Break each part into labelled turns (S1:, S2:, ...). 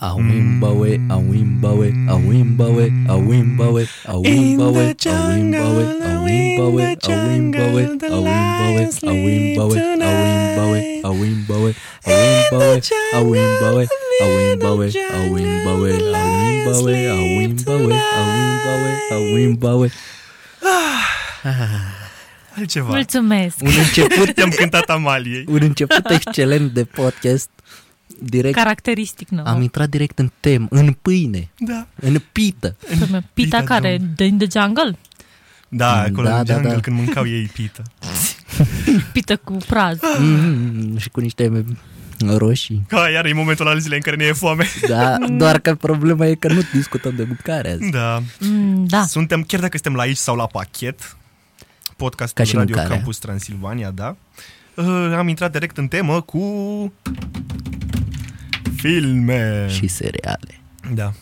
S1: Awimbawe, awimbawe, awimbawe, awimbawe, awimbawe, awimbawe, awimbawe, awimbawe, awimbawe, awimbawe, awimbawe, awimbawe, awimbawe, awimbawe, awimbawe, awimbawe, awimbawe, awimbawe, awimbawe, awimbawe.
S2: Altceva.
S3: Mulțumesc!
S2: Deci,
S1: Un început,
S2: Te-am cântat Amaliei.
S1: un început excelent de podcast. Direct
S3: Caracteristic nou.
S1: am intrat direct în tem, în pâine,
S2: Da.
S1: în pită.
S3: Pita, Pita care? Din the jungle?
S2: Da, acolo
S1: Da,
S2: da, în
S1: da,
S2: jungle,
S1: da.
S2: când mâncau ei pită.
S3: Pita cu praz.
S1: Mm, și cu niște roșii.
S2: Ca iar e momentul al zilei în care ne e foame.
S1: Da, doar că problema e că nu discutăm de mâncare azi.
S2: Da.
S3: Mm, da.
S2: Suntem, chiar dacă suntem la aici sau la pachet, podcastul
S1: Ca și
S2: Radio mâncarea.
S1: mâncarea.
S2: Campus Transilvania, da, uh, am intrat direct în temă cu filme.
S1: Și seriale.
S2: Da,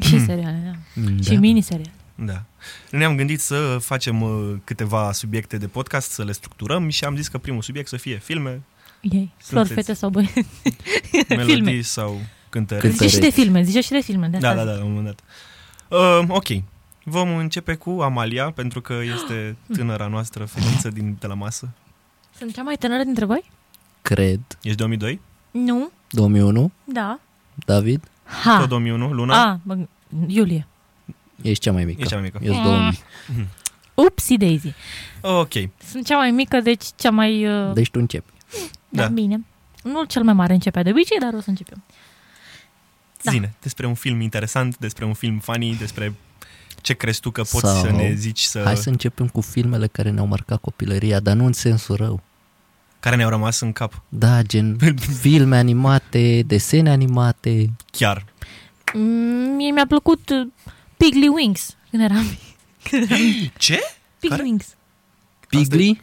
S3: Și seriale, da.
S1: Mm,
S3: Și miniseriale.
S2: da. Ne-am gândit să facem uh, câteva subiecte de podcast, să le structurăm și am zis că primul subiect să fie filme,
S3: Ei, flori,
S2: Sunteți.
S3: fete sau băieți.
S2: melodii
S3: Filme.
S2: sau cântări.
S1: Cântări.
S3: Zice și de filme, zice și de filme. De
S2: Da,
S3: asta
S2: da, da,
S3: zic.
S2: la un moment dat. Uh, ok. Vom începe cu Amalia, pentru că este
S3: Hmm.
S2: tânăra noastră fetiță din, de la masă.
S3: Sunt cea mai tânără dintre voi?
S1: Cred.
S2: Ești 2002?
S3: Nu,
S1: 2001,
S3: da.
S1: David,
S3: Ha.
S2: Tot 2001, Luna?
S3: A, bă, Iulie.
S1: ești cea mai mică.
S2: E cea mai mică.
S1: Eu sunt 2000.
S3: Upsi Daisy.
S2: Ok.
S3: Sunt cea mai mică, deci cea mai... Uh,
S1: Deci tu începi.
S3: da.
S2: da.
S3: Bine. Nu cel mai mare începea de obicei, dar o să încep eu. Da.
S2: Zine, despre un film interesant, despre un film funny, despre ce crezi tu că poți
S1: Sau-
S2: să ne zici să...
S1: Hai să începem cu filmele care ne-au marcat copilăria, dar nu în sensul rău.
S2: Care ne-au rămas în cap.
S1: Da, gen filme animate, desene animate.
S2: Chiar.
S3: Mm, Mie mi-a plăcut uh, Piggly Wings când eram mic. Când eram mic.
S2: Ce?
S3: Piggly
S2: Care?
S3: Wings.
S1: Pigli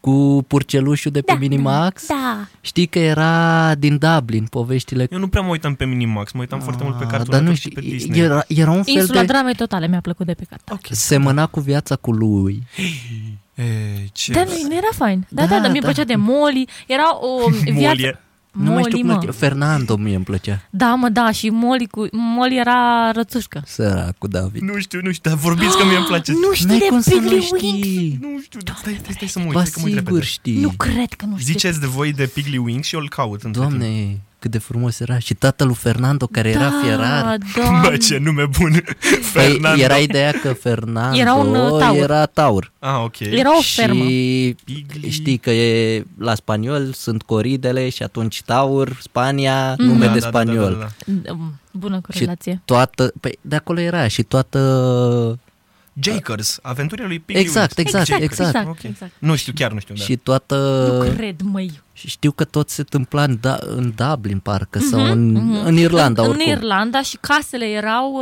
S1: cu purcelușul de pe
S3: Da,
S1: Minimax.
S3: Da.
S1: Știi că era din Dublin, poveștile
S2: Eu nu prea mă uitam pe Minimax, mă uitam foarte mult pe
S1: Ah,
S2: Cartoon
S1: dar nu
S2: Network și
S1: știu,
S2: pe Disney.
S1: era, era un fel
S3: Insula
S1: de...
S3: de... Dramei Totale mi-a plăcut de pe carta.
S2: Ok.
S1: Semăna cu viața cu lui.
S2: E, ce?
S3: Da, nu, nu era fain. Da, da,
S1: Da,
S3: da, da mi-a
S1: da.
S3: plăcea de Molly. Era o viață...
S2: Molie.
S1: Nu mai știu
S3: Molly,
S1: cum îl
S3: mă.
S1: che- Fernando mie îmi plăcea.
S3: Da, mă, da, și Molly, cu... Molly era rățușcă.
S1: Săracul David.
S2: Nu știu, nu știu, dar vorbiți că mi-e îmi place.
S3: Nu știi
S1: N-ai
S3: de
S1: cum să nu
S3: Piggly Wings?
S1: știi.
S2: Nu știu, stai, stai, stai, stai să mă uit,
S1: Ba
S2: hai că mă uit repede.
S1: sigur știi.
S3: Nu cred că nu știi.
S2: Ziceți de voi de Piggly Wings și eu îl caut. între timp.
S1: Doamne, cât de frumos era. Și tatăl lui Fernando, care
S3: da,
S1: era fierar.
S2: Bă,
S3: Doamne.
S2: ce nume bun.
S1: Păi,
S2: Fernando.
S1: era ideea că Fernando
S3: Era un, uh, taur.
S1: Era taur.
S2: Ah, ok.
S3: Era o fermă.
S1: și
S2: Pigli.
S1: știi că e, la spaniol sunt coridele și atunci taur, Spania,
S3: Mhm.
S1: nume
S2: Da,
S1: de
S2: da, da, da,
S1: spaniol.
S2: da, da.
S3: Bună
S1: Și
S3: corelație.
S1: toată, păi, de acolo era și toată
S2: Jakers, aventurile lui Piggy
S1: Exact,
S2: Wings.
S1: exact,
S2: Jakers.
S1: exact.
S3: exact,
S2: Ok.
S3: exact.
S2: Nu știu, chiar nu știu, da.
S1: Și toată...
S3: Nu cred, măi.
S1: Știu că tot se întâmpla în, da, în Dublin, parcă, sau da, în, în Irlanda,
S3: Hm? Mhm, în,
S1: oricum.
S3: În Irlanda și casele erau,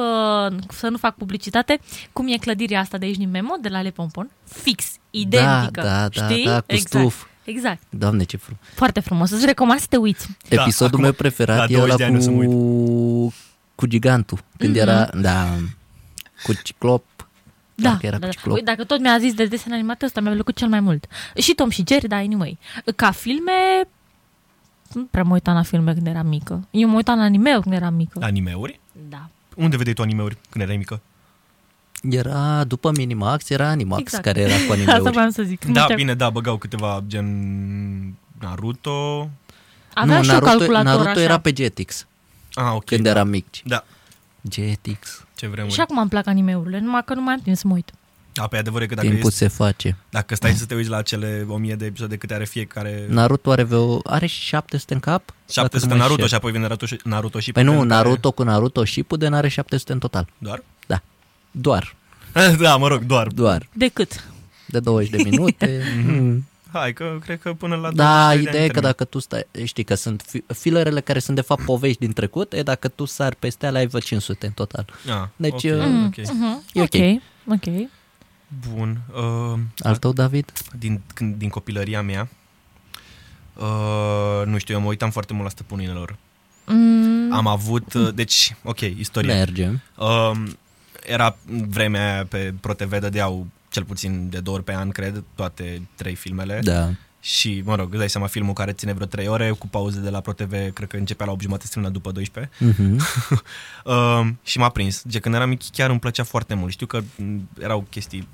S3: uh, să nu fac publicitate, cum e clădirea asta de aici din Memo, de la Le Pompon, fix, identică.
S1: da, da,
S3: știi?
S1: da, cu
S3: exact.
S1: stuf.
S3: Exact.
S1: Doamne, ce frumos.
S3: Foarte frumos. Îți recomand să te uiți.
S2: Da,
S1: Episodul
S2: acum,
S1: meu
S2: la
S1: preferat e
S2: 20
S1: ăla
S2: de ani o să mă
S1: cu, cu gigantul,
S3: Mhm.
S1: când era, da, cu ciclop.
S3: Da,
S1: Parcă era
S3: da,
S1: cu
S3: da.
S1: ciclop.
S3: Ui, dacă tot mi-a zis de desen animate, ăsta mi-a plăcut cel mai mult. Și Tom și Jerry, da, anyway. Ca filme, nu prea mă uitam la filme când eram mică. Eu mă uitam la anime când eram mică.
S2: Animeuri?
S3: da.
S2: Unde vedeai tu animeuri când erai mică?
S1: Era, după Minimax, era Animax,
S3: Exact.
S1: care era cu
S3: Asta
S1: animeuri.
S3: vreau să zic. Nu
S2: Da,
S3: știu-
S2: bine, da, băgau câteva gen Naruto.
S3: Avea
S1: nu,
S3: și o
S1: Naruto,
S3: calculator
S1: Naruto
S3: așa.
S1: era pe Jetix,
S2: Ah, ok.
S1: când eram mici.
S2: Da,
S1: Jetix,
S2: ce vremuri.
S3: Și acum îmi plac animeurile, numai că nu mai am timp să mă uit.
S2: Da, pe adevăr e că dacă,
S1: timpul
S2: ești,
S1: se face.
S2: dacă stai să te uiți la cele 1000 de episoade câte are fiecare...
S1: Naruto are vreo, are 700 în cap? Dacă nu
S2: 700
S1: mă
S2: Naruto
S1: înșel.
S2: și apoi vine Naruto și, Naruto și
S1: Păi nu,
S2: Puten, care-
S1: Naruto cu Naruto și Puden are 700 în total.
S2: Doar?
S1: Da. Doar.
S2: da, mă rog, doar.
S1: Doar.
S3: De cât?
S1: De 20 de minute. Mm.
S2: Hai că cred că până la
S1: da,
S2: 23 Da, de
S1: ideea e
S2: ani
S1: că
S2: termin.
S1: dacă tu stai, știi că sunt fi- filerele care sunt de fapt povești din trecut, e dacă tu sari peste alea ai vreo 500 în total.
S2: Ah,
S1: Deci,
S2: ok,
S1: uh,
S3: Mm,
S2: ok.
S3: mhm,
S1: E ok.
S3: ok. Ok.
S2: Bun. Uh,
S1: Al tău, David?
S2: din, când, din copilăria mea, uh, nu știu, eu mă uitam foarte mult la stăpânilor.
S3: Mm,
S2: Am avut, uh, deci, ok, istorie.
S1: Mergem.
S2: Uh, era vremea aia pe ProTV, dădeau cel puțin de două ori pe an, cred, toate trei filmele.
S1: Da.
S2: Și, mă rog, îți dai seama, filmul care ține vreo 3 ore, cu pauze de la ProTV, cred că începea la 8 jumate strâna după 12.
S1: Mhm.
S2: Uh, și m-a prins. De când eram mic chiar îmi plăcea foarte mult. Știu că m, erau chestii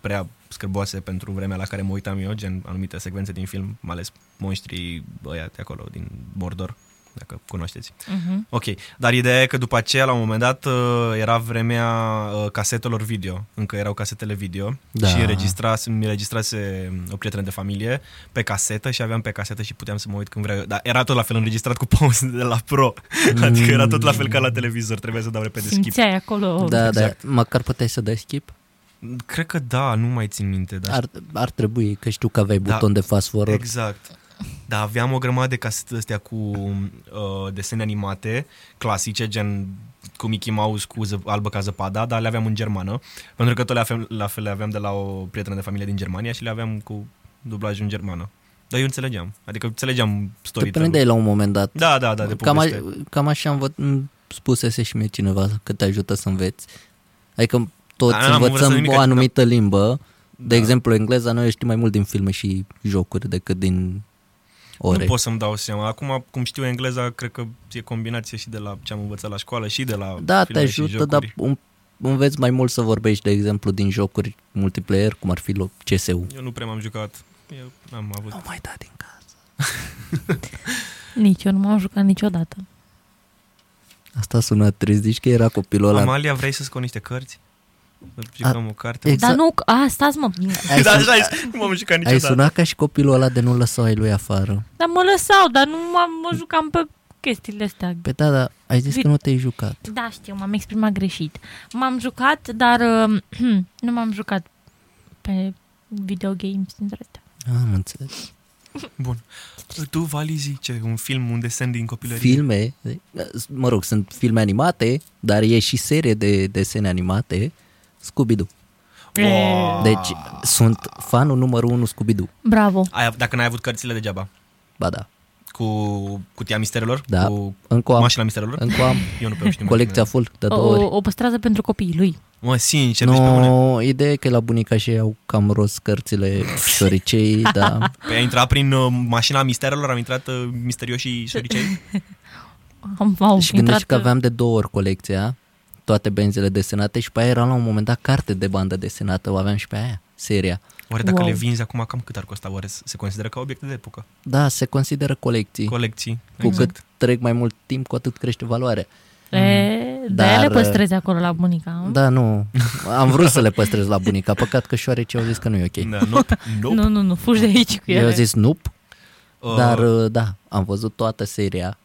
S2: prea scârboase pentru vremea la care mă uitam eu, gen anumite secvențe din film, mai ales monștrii ăia de acolo, din Mordor, dacă cunoașteți.
S3: Uh-huh.
S2: Ok, dar ideea e că după aceea, la un moment dat, uh, era vremea uh, casetelor video, încă erau casetele video
S1: Da.
S2: da. și înregistrase, mi înregistrase um, o prietenă de familie pe casetă și aveam pe casetă și puteam să mă uit când vreau. Dar era tot la fel înregistrat cu pauze de la pro, adică era tot la fel ca la televizor, trebuia să dau repede skip.
S3: Simțeai acolo.
S1: Da,
S2: exact.
S1: da, măcar puteai să dai skip.
S2: Cred că da, nu mai țin minte, dar
S1: Ar, ar trebui, că știu că aveai
S2: Da.
S1: buton de fast forward.
S2: Exact. Da, aveam o grămadă de casete astea cu uh, desene animate clasice, gen cu Mickey Mouse, cu ză, albă ca zăpada, dar le aveam în germană, pentru că tot le aveam, la fel le aveam de la o prietenă de familie din Germania și le aveam cu dublaj în germană. Dar eu înțelegeam, adică înțelegeam
S1: Te
S2: storytelling.
S1: prindeai la un moment dat.
S2: Da, da, da, de
S1: cam, a,
S2: poveste.
S1: cam așa am văzut, îmi spusese și mie cineva că te ajută să înveți. Adică toți
S2: Da, n-am învățat
S1: învățăm
S2: nimic,
S1: o
S2: adică-
S1: anumită limbă. De
S2: Da.
S1: exemplu, engleza noi știm mai mult din filme și jocuri decât din ore.
S2: Nu pot să-mi dau seama. Acum, cum știu engleza, cred că e combinație și de la ce am învățat la școală și de la
S1: Da, te
S2: filme și
S1: ajută,
S2: jocuri.
S1: dar un, înveți mai mult să vorbești, de exemplu, din jocuri multiplayer, cum ar fi lo- CSU.
S2: Eu nu prea m-am jucat. Eu n-am avut.
S1: Nu mai da din casă.
S3: Nici eu nu m-am jucat niciodată.
S1: Asta sună trist, zici că era copilul ăla.
S2: Amalia, vrei să scot niște cărți? Să jucăm o carte?
S1: Exact.
S3: Dar nu, a, stați mă,
S1: Ai,
S2: Da,
S1: sun-
S2: așa ai zis, nu m-am jucat
S1: ai
S2: niciodată.
S1: sunat ca și copilul ăla de nu lăsau ai lui afară.
S3: dar mă lăsau, dar nu m-am, mă jucam pe chestiile astea.
S1: Pe da, da, ai zis că nu te-ai jucat.
S3: Da, știu, m-am exprimat greșit. M-am jucat, dar uh, nu m-am jucat pe videogames dintre astea.
S1: Am înțeles.
S2: Bun. Tu, Vali, zice un film, un desen din copilărie.
S1: Filme, mă rog, sunt filme animate, dar e și serie de desene animate, Scooby-Doo.
S2: Wow.
S1: Deci
S2: Ah.
S1: sunt fanul numărul unu Scooby-Doo.
S3: Bravo.
S2: Ai, av- dacă n-ai avut cărțile degeaba,
S1: Ba da,
S2: cu cutia misterelor,
S1: Da.
S2: cu
S1: încă o am,
S2: mașina misterelor,
S1: încă o am
S2: eu nu prea știu.
S1: colecția full de
S3: O,
S1: două ori.
S3: o păstrează pentru copiii lui.
S2: Mă, sincer, deci pe mine.
S1: No, ideea e că la bunica și au cam rost cărțile șoricei, da.
S2: Păi a intrat prin uh, mașina misterelor, am intrat uh, misterioșii șoricei.
S3: Am, au
S1: și gândești Deci că aveam de două ori colecția, toate benzile desenate și pe aia era la un moment dat carte de bandă desenată, o aveam și pe aia, seria.
S2: Oare dacă
S3: Wow.
S2: le vinzi acum, cam cât ar costa? Oare se consideră ca obiecte de epocă?
S1: Da, se consideră colecții.
S2: Colecții. exact.
S1: Cu cât trec mai mult timp, cu atât crește valoarea.
S3: E,
S1: Mm. Dar, uh,
S3: dar, le păstrezi acolo la bunica.
S1: Da, nu. Am vrut să le păstrez la bunica, păcat că șoarecii au zis că nu e ok.
S2: Da, nope, nope.
S3: Nu, nu, nu, fugi de aici cu
S1: Eu
S3: Mm. ele.
S1: au zis nup,
S2: Uh,
S1: dar uh, da, am văzut toată seria,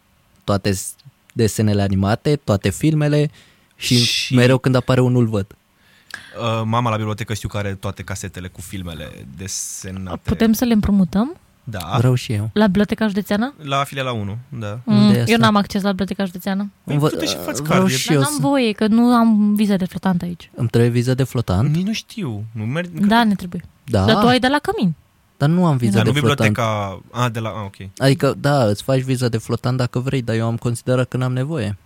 S1: toate s- desenele animate, toate filmele și, și...
S2: Și-
S1: mereu când apare unul îl văd.
S2: Uh, mama la bibliotecă știu că are toate casetele cu filmele desenate.
S3: Putem să le împrumutăm
S2: Da.
S1: A? Vreau și eu.
S3: la biblioteca județeană?
S2: La filiala 1, da.
S1: Unde
S3: Mm,
S1: e asta?
S3: eu n-am acces la biblioteca județeană.
S2: Păi
S1: Îmi vă-
S2: du-te și fă-ți
S1: vreau
S2: card, e-
S1: și
S3: Dar
S1: eu
S3: n-am
S1: să...
S3: voie, că nu am viză de flotant aici.
S1: Îmi trebuie viză de flotant?
S2: Nici nu știu. Nu merg...
S3: Da, ne trebuie.
S1: Da,
S3: Dar tu ai de la cămin.
S1: dar nu am viză
S2: Dar
S1: de
S2: nu
S1: flotant.
S2: biblioteca... A, de la... A, ok.
S1: Adică, da, îți faci viză de flotant dacă vrei, dar eu am considerat că n-am nevoie.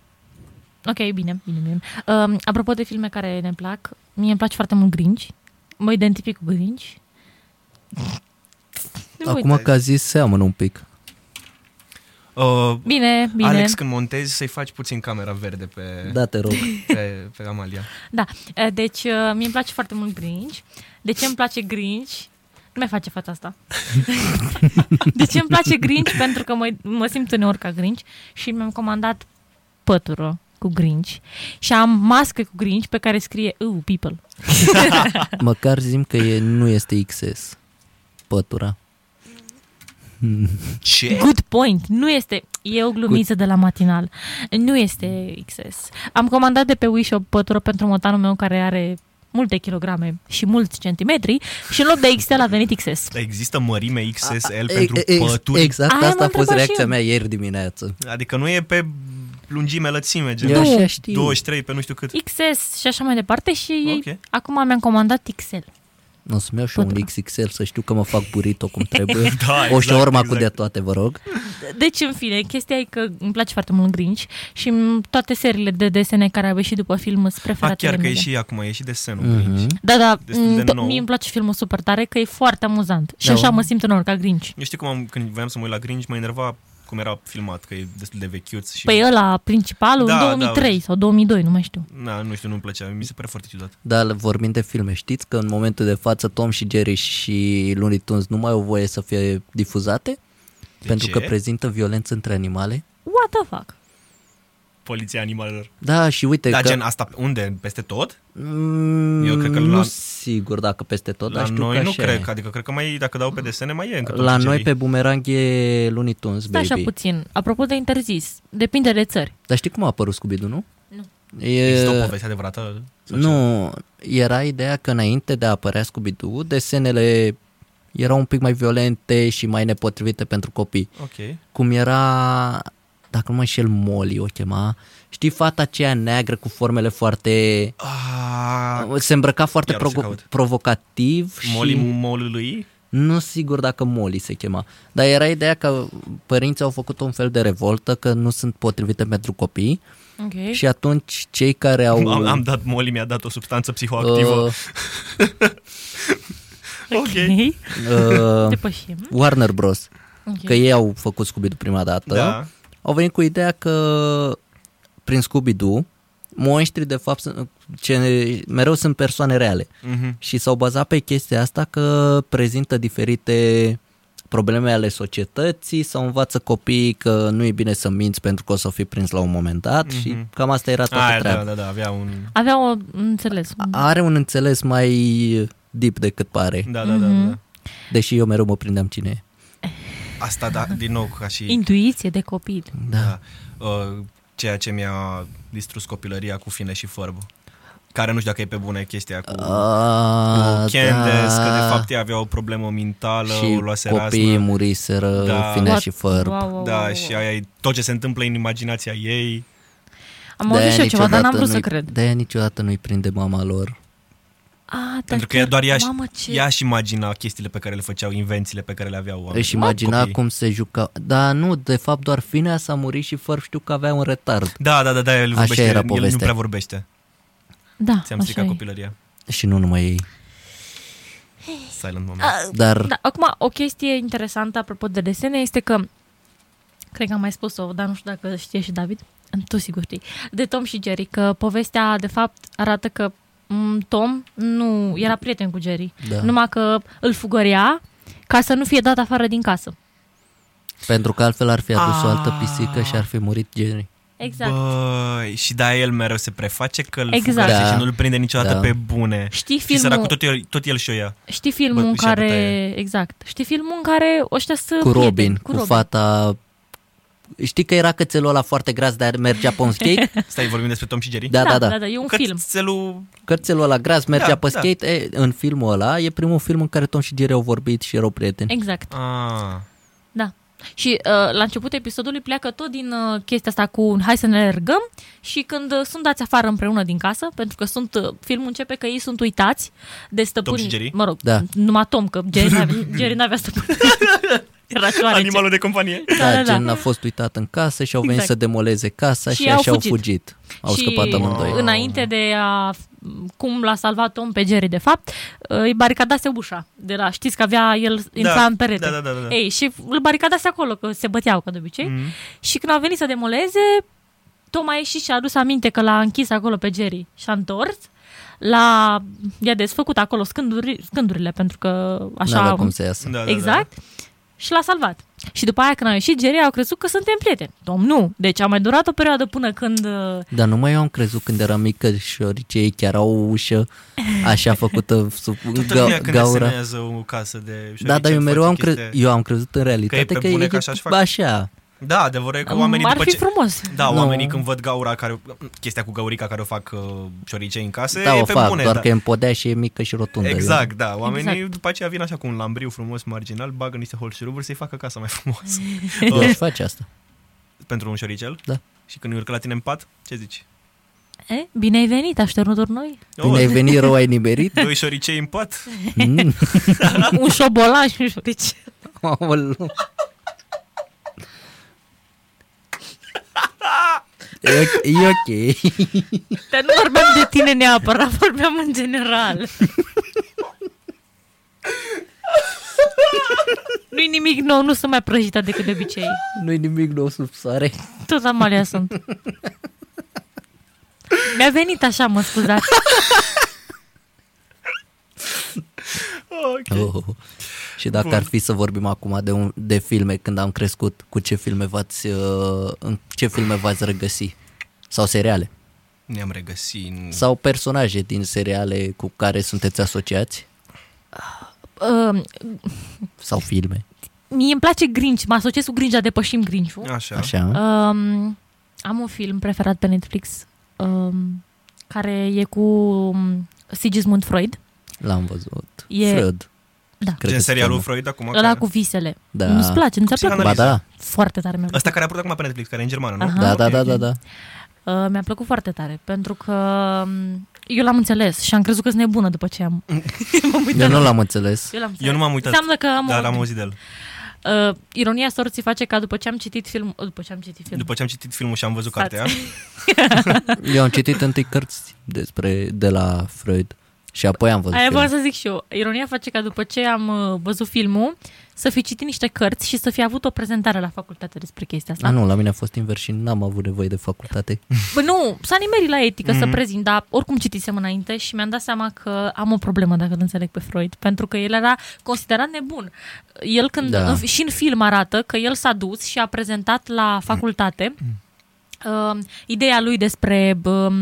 S3: Ok, bine, bine, bine. Um, apropo de filme care ne plac, mie îmi place foarte mult Grinch. Mă identific cu Grinch. Nu mă uit.
S1: Acum că a zis, seamănă un pic.
S2: Uh,
S3: Bine, bine.
S2: Alex, când montezi, să-i faci puțin camera verde pe,
S1: Da, te rog.
S2: pe, pe Amalia.
S3: Da, uh, deci uh, mie îmi place foarte mult Grinch. De ce îmi place Grinch? Nu mai face fața asta. de ce îmi place Grinch? Pentru că mă, mă simt uneori ca Grinch și mi-am comandat pătură cu Grinch și am mască cu Grinch pe care scrie Ooh, people.
S1: Măcar zim că e, nu este XS. Pătura.
S2: Ce?
S3: Good point. Nu este... E o glumiță de la matinal. Nu este XS. Am comandat de pe Wish o pătură pentru motanul meu care are multe kilograme și mulți centimetri și în loc de XL a venit XS.
S2: Există mărime XSL
S1: E-
S2: pentru
S1: e- ex-
S2: pături?
S1: Exact,
S3: Aia m-am
S1: asta a fost
S3: întrebat și
S1: reacția
S3: eu.
S1: mea ieri dimineață.
S2: Adică nu e pe lungime, lățime, gen
S1: Eu
S3: Tu.
S1: așa știu.
S2: 23 pe nu știu cât.
S3: XS și așa mai departe și ei,
S2: Ok.
S3: acum mi-am comandat XL.
S1: O să-mi iau și eu un
S3: Pătura.
S1: XXL să știu că mă fac burrito cum trebuie.
S2: Da,
S1: o
S2: exact,
S1: șaorma cu
S2: exact.
S1: de toate, vă rog.
S3: Deci, în fine, chestia e că îmi place foarte mult Grinch și în toate seriile de desene care au ieșit după film sunt
S2: A,
S3: preferatele
S2: Ah, chiar că e
S3: mele.
S2: și acum, e și desenul.
S1: Mhm.
S2: Mm-hmm.
S3: Da, da,
S2: destul
S3: mm,
S2: de
S3: to-
S2: nou.
S3: mie îmi place filmul super tare că e foarte amuzant și
S1: Da,
S3: așa
S1: om.
S3: mă simt în ca Grinch.
S2: Eu știu cum am, când voiam să mă uit la Grinch, mă enerva cum era filmat, că e destul de vechiuț și...
S3: Păi ăla principalul
S2: Da,
S3: în
S2: da.
S3: 2003 sau 2002, nu mai știu.
S2: Na, nu știu, nu-mi plăcea, mi se pare foarte ciudat.
S1: Dar vorbind de filme, știți că în momentul de față Tom și Jerry și Looney Tunes nu mai au voie să fie difuzate?
S2: De
S1: pentru
S2: ce?
S1: că prezintă violență între animale.
S3: What the fuck?
S2: Poliția animalelor.
S1: Da, și uite
S2: Dar
S1: că...
S2: gen asta unde? Peste tot?
S1: Mm,
S2: Eu cred că
S1: nu
S2: la-
S1: sigur dacă peste tot,
S2: la
S1: dar știu
S2: noi
S1: că
S2: nu
S1: așa
S2: cred,
S1: e.
S2: că, adică cred că mai, dacă dau pe desene, mai e încă tot
S1: La
S2: ce
S1: noi
S2: e.
S1: pe bumerang e Looney Tunes,
S3: Stai
S1: baby.
S3: așa puțin. Apropo de interzis, depinde de țări.
S1: Dar știi cum a apărut Scooby-Doo, nu?
S3: Nu.
S1: E...
S2: Există o poveste adevărată? Sau ce?
S1: Nu, era ideea că înainte de a apărea Scooby-Doo, desenele erau un pic mai violente și mai nepotrivite pentru copii.
S2: Ok.
S1: Cum era, dacă nu mă înșel, Molly o chema. Știi fata aceea neagră cu formele foarte...
S2: Ah,
S1: Se îmbrăca foarte
S2: Iar o să
S1: provo-
S2: caut.
S1: provocativ
S2: Molly
S1: și...
S2: Molului?
S1: Nu sigur dacă Molly se chema, dar era ideea că părinții au făcut un fel de revoltă că nu sunt potrivite pentru copii
S3: Ok.
S1: și atunci cei care au...
S2: Am, am dat Molly, mi-a dat o substanță psihoactivă.
S1: uh,
S2: ok.
S1: uh,
S3: Depășim.
S1: Warner Bros.
S3: Ok.
S1: Că ei au făcut Scooby-Doo prima dată.
S2: Da.
S1: Au venit cu ideea că prin Scooby-Doo monștrii de fapt sunt- ce, mereu sunt persoane reale.
S2: Mhm.
S1: Și s-au bazat pe chestia asta că prezintă diferite probleme ale societății sau învață copiii că nu e bine să minți pentru că o să fii prins la un moment dat mm-hmm. și cam asta era toată
S2: Mhm. Aia,
S1: treaba.
S2: da, da, da, avea un...
S3: Avea o înțeles.
S1: Are un înțeles mai deep decât pare,
S2: Da, da, da,
S1: Mhm.
S2: da.
S1: deși eu mereu mă prindeam cine e.
S2: Asta, da, din nou, ca și...
S3: Intuiție de copil.
S2: Da. Uh, ceea ce mi-a distrus copilăria cu fine și fărb. Care nu știu dacă e pe bune chestia cu...
S1: Ah,
S2: cu Candace,
S1: da.
S2: că de fapt ea avea o problemă mentală, o
S1: și
S2: luase
S1: copiii
S2: raznă.
S1: muriseră, da.
S2: Da.
S1: finea
S3: What-
S1: și fărb.
S3: Wow, wow, wow,
S2: Da,
S3: wow.
S2: și aia e tot ce se întâmplă în imaginația ei.
S3: Am auzit și eu ceva, dar n-am vrut să cred.
S1: de niciodată nu-i prinde mama lor.
S3: Ah, dar
S2: Pentru că ea
S3: chiar-
S2: doar ea, și-
S3: Mamă, ce...
S2: ea și imagina chestiile pe care le făceau, invențiile pe care le aveau oamenii.
S1: Își imagina
S2: copiii.
S1: cum se juca. Dar nu, de fapt doar finea s-a murit și fărb știu că avea un retard.
S2: Da, da, da, da, el,
S1: Așa
S2: vorbește,
S1: era
S2: el nu
S1: povestea.
S2: prea vorbește.
S3: Da,
S2: Ți-am
S3: așa
S2: stricat
S3: e.
S2: copilăria.
S1: Și nu numai ei.
S2: Silent moment.
S1: Dar da.
S3: Da, acum, o chestie interesantă apropo de desene este că, cred că am mai spus-o, dar nu știu dacă știe și David, Mm, tu sigur știi, de Tom și Jerry, că povestea, de fapt, arată că m, Tom nu era prieten cu Jerry,
S1: Da.
S3: numai că îl fugărea ca să nu fie dat afară din casă.
S1: pentru că altfel ar fi adus o altă
S2: Ah.
S1: pisică și ar fi murit Jerry.
S3: Exact. Bă.
S2: Băi, și da, el mereu se preface că îl
S3: Exact.
S2: exact.
S1: Da.
S2: și nu-l prinde niciodată
S1: Da.
S2: da. pe bune.
S3: Știi
S2: Și săracul
S3: filmul,
S2: tot el, tot el și-o ia.
S3: știi filmul
S2: Bă,
S3: în
S2: și-a
S3: care...
S2: putea
S3: Exact. Știi filmul în care ăștia sunt
S1: Cu
S3: prieteni,
S1: Robin, cu, cu fata... Știi că era cățelul ăla foarte gras, dar mergea pe un skate?
S2: Stai, vorbim despre Tom și Jerry?
S1: Da, da, da.
S3: da, da, e un
S2: Că
S3: film.
S2: Cățelul...
S1: Cărțelul ăla gras mergea
S2: Da,
S1: pe
S2: da.
S1: skate e, în filmul ăla, e primul film în care Tom și Jerry au vorbit și erau prieteni.
S3: Exact.
S2: Ah.
S3: Da. Și uh, la începutul episodului pleacă tot din uh, chestia asta cu un hai să ne alergăm și când uh, sunt dați afară împreună din casă, pentru că sunt uh, filmul începe că ei sunt uitați de stăpâni.
S2: și Jerry?
S3: Mă rog,
S1: Da.
S3: numai Tom, că Jerry n-avea, Jerry n-avea stăpâni. Era șoarece.
S2: Animalul de companie.
S1: Da,
S3: da, da.
S1: gen a fost uitat în casă și au venit
S3: Exact.
S1: să demoleze casa și,
S3: Și au
S1: așa au
S3: fugit.
S1: fugit. Au
S3: și
S1: scăpat amândoi.
S3: înainte de a cum l-a salvat Tom pe Jerry, de fapt, uh, îi baricadase ușa de la, știți că avea, el intra în perete.
S2: da, da, da, da.
S3: Ei, și îl baricadase acolo, că se băteau ca de obicei.
S2: Mm.
S3: Și când a venit să demoleze, Tom a ieșit și a adus aminte că l-a închis acolo pe Jerry și a întors. L-a, i-a desfăcut acolo scânduri, scândurile, pentru că așa...
S1: N-avea cum să iasă.
S2: Da, da,
S3: exact. Și l-a salvat. Și după aia când a ieșit, Jerry au crezut că suntem prieteni. Tom nu. Deci a mai durat o perioadă până când... uh,
S1: Dar numai eu am crezut când eram mică și oricei chiar au o ușă așa făcută sub
S2: Toată
S1: ga-
S2: lumea când
S1: gaura.
S2: desenează o casă de...
S1: Da, dar eu mereu am, cre- eu am crezut în realitate
S2: pe
S1: că,
S2: bune
S1: e
S2: că așa își fac.
S1: așa.
S2: Da, adevărul e că oamenii
S3: ar
S2: după
S3: fi
S2: ce...
S3: frumos.
S2: Da,
S1: Nu.
S2: oamenii când văd gaura care... Chestia cu gaurica care o fac uh, șoricei în casă
S1: Da,
S2: e
S1: o
S2: pe
S1: fac,
S2: bune.
S1: doar
S2: da.
S1: că e în podea și e mică și rotundă.
S2: Exact, da. Oamenii
S3: Exact.
S2: exact. după aceea vin așa cu un lambriu frumos, marginal, bagă niște holșuruburi să-i facă casa mai frumos.
S1: Eu
S2: Uh,
S1: aș face asta.
S2: pentru un șoricel.
S1: Da.
S2: Și când urcă la tine în pat, ce zici? Oh,
S3: E, bine ai venit, așternuturi noi.
S1: Bine ai venit, rău ai nimerit?
S2: Doi șoricei în pat?
S1: Mm.
S3: un șobolan și un șorice.
S1: Aoleu. E ok. E ok.
S3: Dar nu vorbeam de tine neapărat, vorbeam în general. Nu-i nimic nou, nu sunt mai prăjită decât de obicei.
S1: Nu-i nimic nou sub soare.
S3: Tot am alea sunt. Mi-a venit așa, mă scuzați.
S2: Ok.
S1: Oh. Și dacă
S2: Bun.
S1: ar fi să vorbim acum de, un, de filme, când am crescut, cu ce filme v-ați, uh, în ce filme v-ați regăsi? Sau seriale?
S2: Ne-am regăsit în...
S1: Sau personaje din seriale cu care sunteți asociați?
S3: Uh,
S1: Sau filme?
S3: mie îmi place Grinch, mă asociez cu Grinch, dar depășim Grinch-ul.
S2: Așa.
S1: Așa?
S3: Um, am un film preferat pe Netflix um, care e cu um, Sigismund Freud.
S1: L-am văzut.
S3: E-
S1: Freud.
S3: Da.
S1: Cred
S2: Gen
S1: că
S2: serialul
S1: se
S2: Freud acum?
S3: Okay. Ăla
S2: care-
S3: cu visele.
S1: Da.
S3: Nu-ți place, nu ți-a
S2: Cu
S1: cheamă.
S3: plăcut?
S1: Ba
S2: Analiza.
S1: da.
S3: Foarte tare mi-a plăcut.
S2: Ăsta care a apărut acum pe Netflix, care e în germană, nu?
S3: Aha.
S1: Da, da,
S2: Ok,
S1: da,
S2: ok.
S1: da, da.
S3: Uh, mi-a plăcut foarte tare, pentru că um, eu l-am înțeles și am crezut că sunt nebună după ce am... m-am uitat.
S1: Eu nu l-am înțeles.
S3: Eu, l-am
S2: Mm. Eu nu m-am uitat, Da,
S3: Înseamnă că am...
S2: Dar am
S3: o...
S2: auzit de el.
S3: uh, ironia sorții face ca după ce am citit filmul... După ce am citit filmul...
S2: După ce am citit filmul și am văzut
S3: Stați.
S2: cartea,
S1: Eu am citit întâi cărți despre, de la Freud și apoi am văzut
S3: Aia vreau
S1: filmul.
S3: să zic și eu. Ironia face ca după ce am uh, văzut filmul, să fi citit niște cărți și să fi avut o prezentare la facultate despre chestia asta.
S1: A, nu, la mine a fost invers și n-am avut nevoie de facultate.
S3: Bă, nu, s-a nimerit la etică
S1: Mhm.
S3: mm-hmm. să prezint, dar oricum citisem înainte și mi-am dat seama că am o problemă dacă îl înțeleg pe Freud, pentru că el era considerat nebun. El când,
S1: Da.
S3: da. și în film arată că el s-a dus și a prezentat la facultate uh, ideea lui despre bă,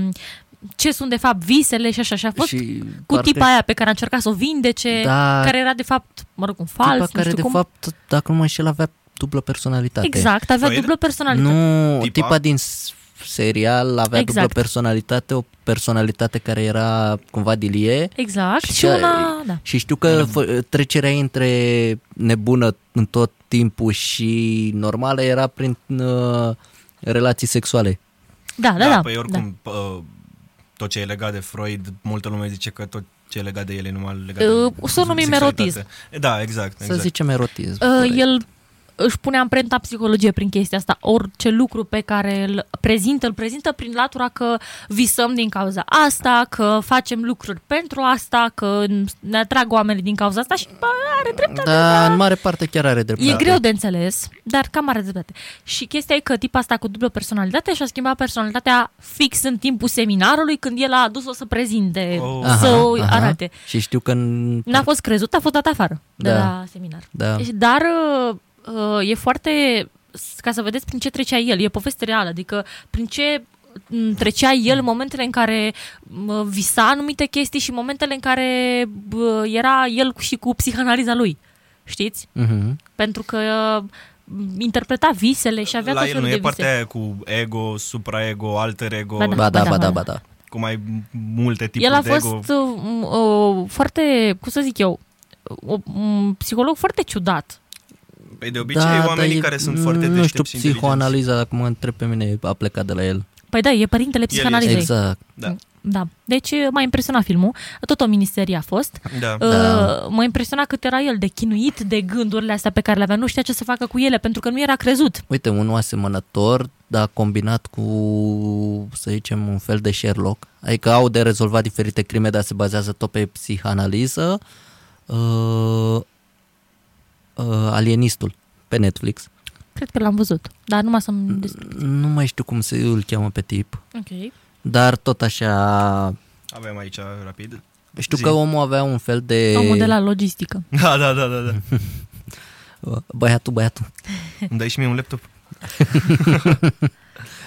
S3: ce sunt de fapt visele și așa și a fost
S1: și
S3: cu
S1: parcă-
S3: tipa aia pe care a încercat să o vindece,
S1: Da.
S3: care era de fapt, mă rog, un
S1: tipa
S3: fals, nu
S1: care
S3: știu
S1: de
S3: cum.
S1: fapt, dacă nu mă înșel, avea dublă personalitate.
S3: exact, avea
S2: Freud?
S3: dublă personalitate.
S1: Nu,
S2: Tipa?
S1: tipa, tipa din s- serial avea
S3: Exact.
S1: exact. dublă personalitate, o personalitate care era cumva dilie.
S3: Exact, și, și
S1: că-
S3: una, da.
S1: Și știu că fă- trecerea între nebună în tot timpul și normală era prin uh, relații sexuale.
S3: Da, da, da.
S2: păi
S3: da.
S2: oricum, pă, tot ce e legat de Freud, multă lume zice că tot ce e legat de el e numai legat
S3: Uh,
S2: de
S3: să o numim
S2: sexualitate.
S3: erotism.
S2: Da, exact.
S1: Exact.
S2: exact.
S1: Să zicem erotism.
S3: Uh,
S1: corect.
S3: el își pune amprenta psihologie prin chestia asta. Orice lucru pe care îl prezintă, îl prezintă prin latura că visăm din cauza asta, că facem lucruri pentru asta, că ne atrag oamenii din cauza asta și bă, are dreptate.
S1: Da, în mare parte chiar are dreptate.
S3: E greu de înțeles, dar cam are dreptate. Și chestia e că tipa asta cu dublă personalitate și-a schimbat personalitatea fix în timpul seminarului când el a adus-o să prezinte,
S2: Oh.
S3: să o arate.
S1: Și știu că... N-
S3: N-a fost crezut, a fost dat afară de
S1: Da.
S3: la seminar.
S1: Da.
S3: Deci, Dar uh, uh, e foarte, s- ca să vedeți prin ce trecea el, e poveste reală, adică prin ce m, trecea el în momentele în care m, visa anumite chestii și momentele în care bă, era el cu- și cu psihanaliza lui, știți?
S1: Mhm.
S3: Pentru că m, interpreta visele și avea
S2: La
S3: tot
S2: el
S3: felul
S2: nu e
S3: de vise.
S2: partea aia cu ego, supraego, alter ego,
S3: Ba da.
S1: Ba da, ba da, ba da.
S2: cu mai multe tipuri
S3: El a
S2: de ego.
S3: fost uh, m, uh, foarte, cum să zic eu, uh, un psiholog foarte ciudat.
S2: Păi de obicei oamenii
S1: Da, dar e-
S2: care sunt
S1: Nu
S2: foarte
S1: știu,
S2: deștepți și inteligenți.
S1: psihoanaliza, dacă mă întreb pe mine, a plecat de la el.
S3: Păi da, e părintele psihanalizei.
S1: Exact.
S2: Da,
S3: Da. Deci m-a impresionat filmul. Tot o miniserie a fost.
S2: da.
S1: Da.
S3: Uh, M-a impresionat cât era el de chinuit de gândurile astea pe care le avea. Nu știa ce să facă cu ele, pentru că nu era crezut.
S1: Uite, unul asemănător, dar combinat cu, să zicem, un fel de Sherlock. Adică au de rezolvat diferite crime, dar se bazează tot pe psihanaliză. Uh, uh, alienistul pe Netflix.
S3: Cred că l-am văzut, dar numai să-mi... Des...
S1: Nu mai știu cum se îl cheamă pe tip,
S3: Ok.
S1: dar tot așa...
S2: Avem aici rapid.
S1: Știu
S2: Zi.
S1: că omul avea un fel de...
S3: Omul de la logistică.
S2: Da, da, da, da. da.
S1: uh, Băiatul, băiatul.
S2: Îmi dai și mie un laptop?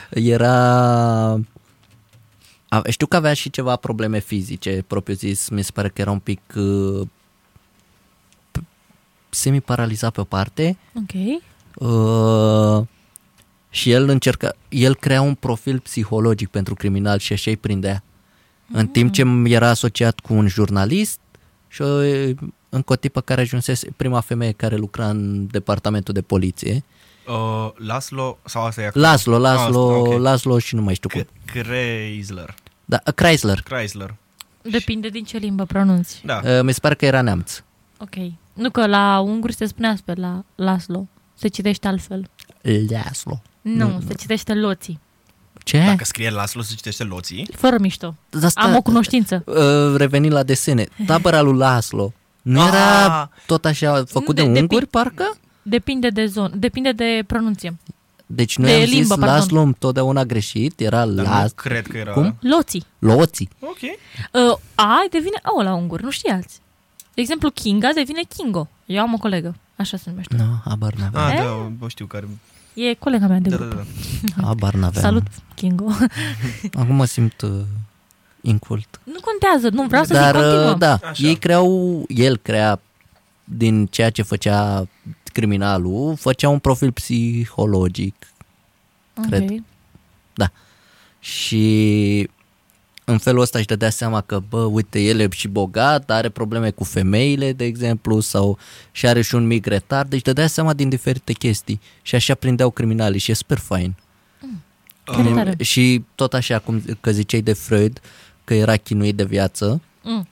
S1: Era... A, știu că avea și ceva probleme fizice, propriu zis, mi se pare că era un pic uh, p- semi-paralizat pe o parte
S3: Ok.
S1: uh, și el încerca, el crea un profil psihologic pentru criminal și așa îi prindea. În timp ce
S3: Mm.
S1: era asociat cu un jurnalist și o, încă o tipă care ajunsese, prima femeie care lucra în departamentul de poliție.
S2: Uh, Laslo, sau asta e acum?
S1: Laslo, Laslo,
S2: Ah, ok.
S1: Laslo și nu mai știu cum.
S2: Kreisler.
S1: Da, Chrysler.
S2: Chrysler.
S3: Depinde din ce limbă pronunți.
S2: Da.
S1: Uh, mi se pare că era neamț.
S3: Ok. Nu că la unguri se spune astfel, la Laslo. Se citește altfel.
S1: Laslo.
S3: Nu, se citește loții.
S1: Ce?
S2: Dacă scrie Laslo, se citește Loții.
S3: Fără mișto.
S1: Dar stai,
S3: Am o cunoștință.
S1: uh, revenind la desene, tabăra lui Laslo nu
S2: Ah!
S1: era tot așa făcut de,
S3: De- de
S1: de
S3: pi-
S1: unguri, parcă?
S3: Depinde de zonă, depinde de pronunție.
S1: Deci noi
S3: De
S1: am zis
S3: limbă, pardon.
S1: Laslo întotdeauna greșit, era
S2: Dar
S1: Las...
S2: nu cred că era...
S1: Cum?
S3: Loții.
S1: Loții.
S2: Ok.
S3: Uh, a devine O la ungur, nu știați. De exemplu, Kinga devine Kingo. Eu am o colegă, așa se numește.
S1: Nu, no, abar n-aveam.
S2: Ah,
S3: Eh?
S2: da, bă, știu care...
S1: Mm.
S3: E colega mea de
S2: Da,
S3: grup.
S2: da, da.
S1: Abar n-aveam.
S3: Salut, Kingo.
S1: Acum mă simt uh, incult.
S3: nu contează, nu vreau să
S1: Dar,
S3: zic continuă.
S1: uh, da,
S2: Așa.
S1: Așa. ei creau, el crea din ceea ce făcea criminalul, făcea un profil psihologic cred.
S3: Ok.
S1: și în felul ăsta își dădea seama că, bă, uite, el e și bogat, are probleme cu femeile, de exemplu, sau și are și un mic retard, deci dădea seama din diferite chestii și așa prindeau criminalii și e super fain.
S3: Care
S2: Um,
S3: tare.
S1: Și tot așa cum că ziceai de Freud, că era chinuit de viață,
S3: Mm.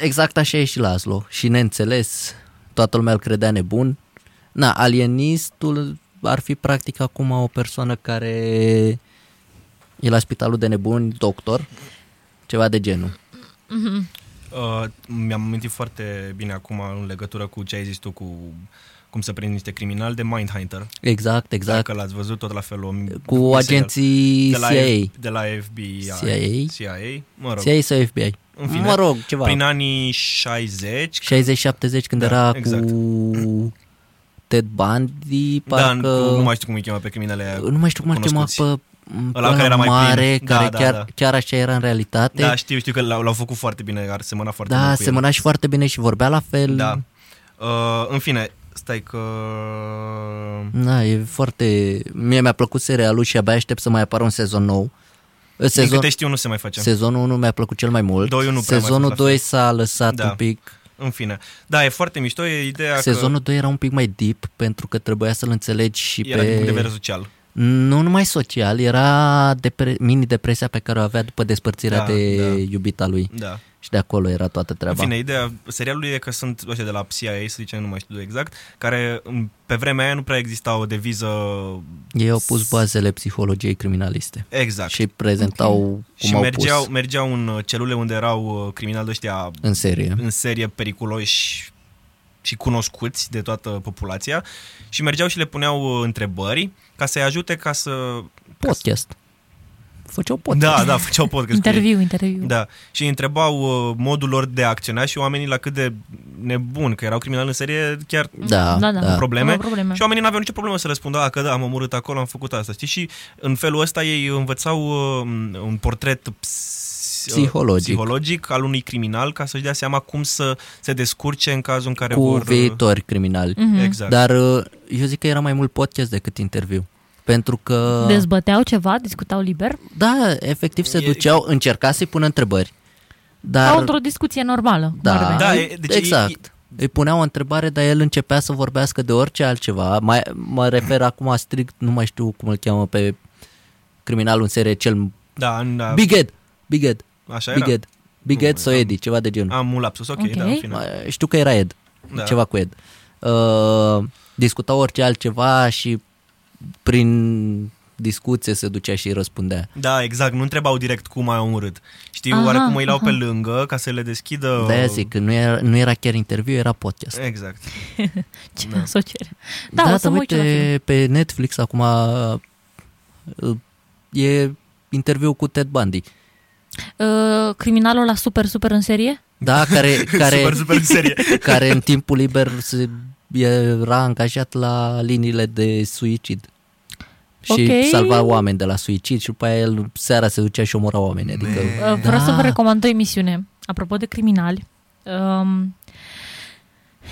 S1: exact așa e și Laszlo. Și neînțeles, toată lumea îl credea nebun. Na, alienistul ar fi practic acum o persoană care e la spitalul de nebuni, doctor, ceva de genul.
S2: Uh, mi-am amintit foarte bine acum în legătură cu ce ai zis tu cu cum să prinzi niște criminali de Mindhunter.
S1: Exact, exact.
S2: Dacă l-ați văzut tot la fel o,
S1: Cu
S2: un serial.
S1: agenții
S2: de la,
S1: CIA.
S2: F- de la FBI.
S1: CIA.
S2: CIA. Mă rog.
S1: CIA sau FBI?
S2: În fine.
S1: Mă rog, ceva.
S2: Prin anii 60.
S1: 60-70 când
S2: Da,
S1: era
S2: exact.
S1: cu Ted Bundy,
S2: Parcă...
S1: parcă...
S2: Da, nu- nu mai știu cum îi chema pe criminele aia.
S1: nu mai știu cum ar chema
S2: cunoscuți.
S1: pe
S2: Ăla
S1: ăla
S2: care era mai
S1: mare,
S2: plin. Da,
S1: care
S2: da,
S1: chiar,
S2: da.
S1: chiar așa era în realitate.
S2: Da, știu, știu că l-au, l-au făcut foarte bine, ar semăna foarte
S1: Da,
S2: mult cu el.
S1: semăna și foarte bine și vorbea la fel.
S2: Da. Uh, în fine, stai că...
S1: Da, e foarte... Mie mi-a plăcut serialul și abia aștept să mai apară un sezon nou.
S2: Din
S1: Sezon...
S2: câte știu, nu se mai face.
S1: Sezonul 1 mi-a plăcut cel mai mult.
S2: Doi, unu prea mai
S1: sezonul
S2: mult, la
S1: 2 s-a lăsat
S2: Da.
S1: un pic.
S2: În fine. Da, e foarte mișto, e ideea
S1: Sezonul 2 era un pic mai deep pentru că trebuia să-l înțelegi și
S2: că era
S1: pe...
S2: din punct de vedere social.
S1: Nu numai social, era depre- mini-depresia pe care o avea după despărțirea
S2: Da,
S1: de
S2: da.
S1: iubita lui.
S2: Da.
S1: Și de acolo era toată
S2: În
S1: treaba.
S2: fine, ideea serialului e că sunt ăștia de la CIA, să zicem, nu mai știu exact, care în- pe vremea aia nu prea exista o deviză
S1: Ei au pus bazele psihologiei criminaliste
S2: exact.
S1: și prezentau okay. cum
S2: și
S1: au
S2: mergeau,
S1: pus
S2: mergeau în uh, celule unde erau uh, criminali ăștia
S1: în serie.
S2: în serie periculoși și cunoscuți de toată populația și mergeau și le puneau uh, întrebări ca să-i ajute ca să...
S1: Podcast. Făceau podcast.
S2: Da, da, făceau podcast cu ei.
S3: Interviu, interviu.
S2: Da, și îi întrebau uh, modul lor de a acționa și oamenii la cât de nebun, că erau criminali în serie, chiar
S1: Da,
S3: Da, da.
S1: da.
S2: probleme.
S3: Aveau probleme.
S2: Și oamenii nu aveau nicio problemă să răspundă, a, că da, am omorât acolo, am făcut asta, știi? Și în felul ăsta ei învățau uh, un portret ps-
S1: Psihologic.
S2: psihologic al unui criminal ca să-și dea seama cum să se descurce în cazul în care
S1: cu
S2: vor... uh,
S1: viitori criminali.
S3: Mhm.
S2: Exact.
S1: Dar uh, eu zic că era mai mult podcast decât interviu. Pentru că,
S3: Dezbăteau ceva, discutau liber.
S1: da, efectiv se
S2: E-
S1: duceau, încerca să-i pună întrebări.
S3: Dar...
S1: Dar,
S3: într-o discuție normală. cum ar
S1: da,
S3: veni.
S2: Da, e- deci
S1: exact. Îi punea o întrebare, dar el începea să vorbească de orice altceva. Mai, mă refer acum strict, nu mai știu cum îl cheamă pe criminalul în serie cel
S2: Da, în, da,
S1: Big Ed, Big Ed,
S2: așa
S1: Big
S2: era.
S1: Ed, Big
S2: Nu, Ah,
S1: Ed sau
S2: am-
S1: Eddie, ceva de genul.
S2: Am un lapsus, ok,
S3: Ok.
S2: da, în fine.
S1: Mai- Știu că era Ed,
S2: Da.
S1: ceva cu Ed. Uh, discutau orice altceva și prin discuție se ducea și răspundea.
S2: Da, exact, nu întrebau direct cum ai omorât. Știi,
S3: Aha,
S2: oarecum îi lau
S3: aha.
S2: pe lângă ca să le deschidă...
S1: De-aia zic, că nu era, nu era chiar interviu, era podcast.
S2: Exact.
S3: Ce
S2: Da.
S3: asociere. Da, o să
S1: dar
S3: mă uit eu la film.
S1: uite, pe Netflix acum uh, e interviu cu Ted Bundy.
S3: Uh, criminalul la super, super în serie?
S1: Da, care, care,
S2: Super, super în serie.
S1: care în timpul liber se, era angajat la liniile de suicid. Și
S3: Ok.
S1: salva oameni de la suicid și după aia el seara se ducea și omora oameni. Adică,
S2: Man.
S3: Uh, Vreau să vă recomand o emisiune, apropo de criminali. Um,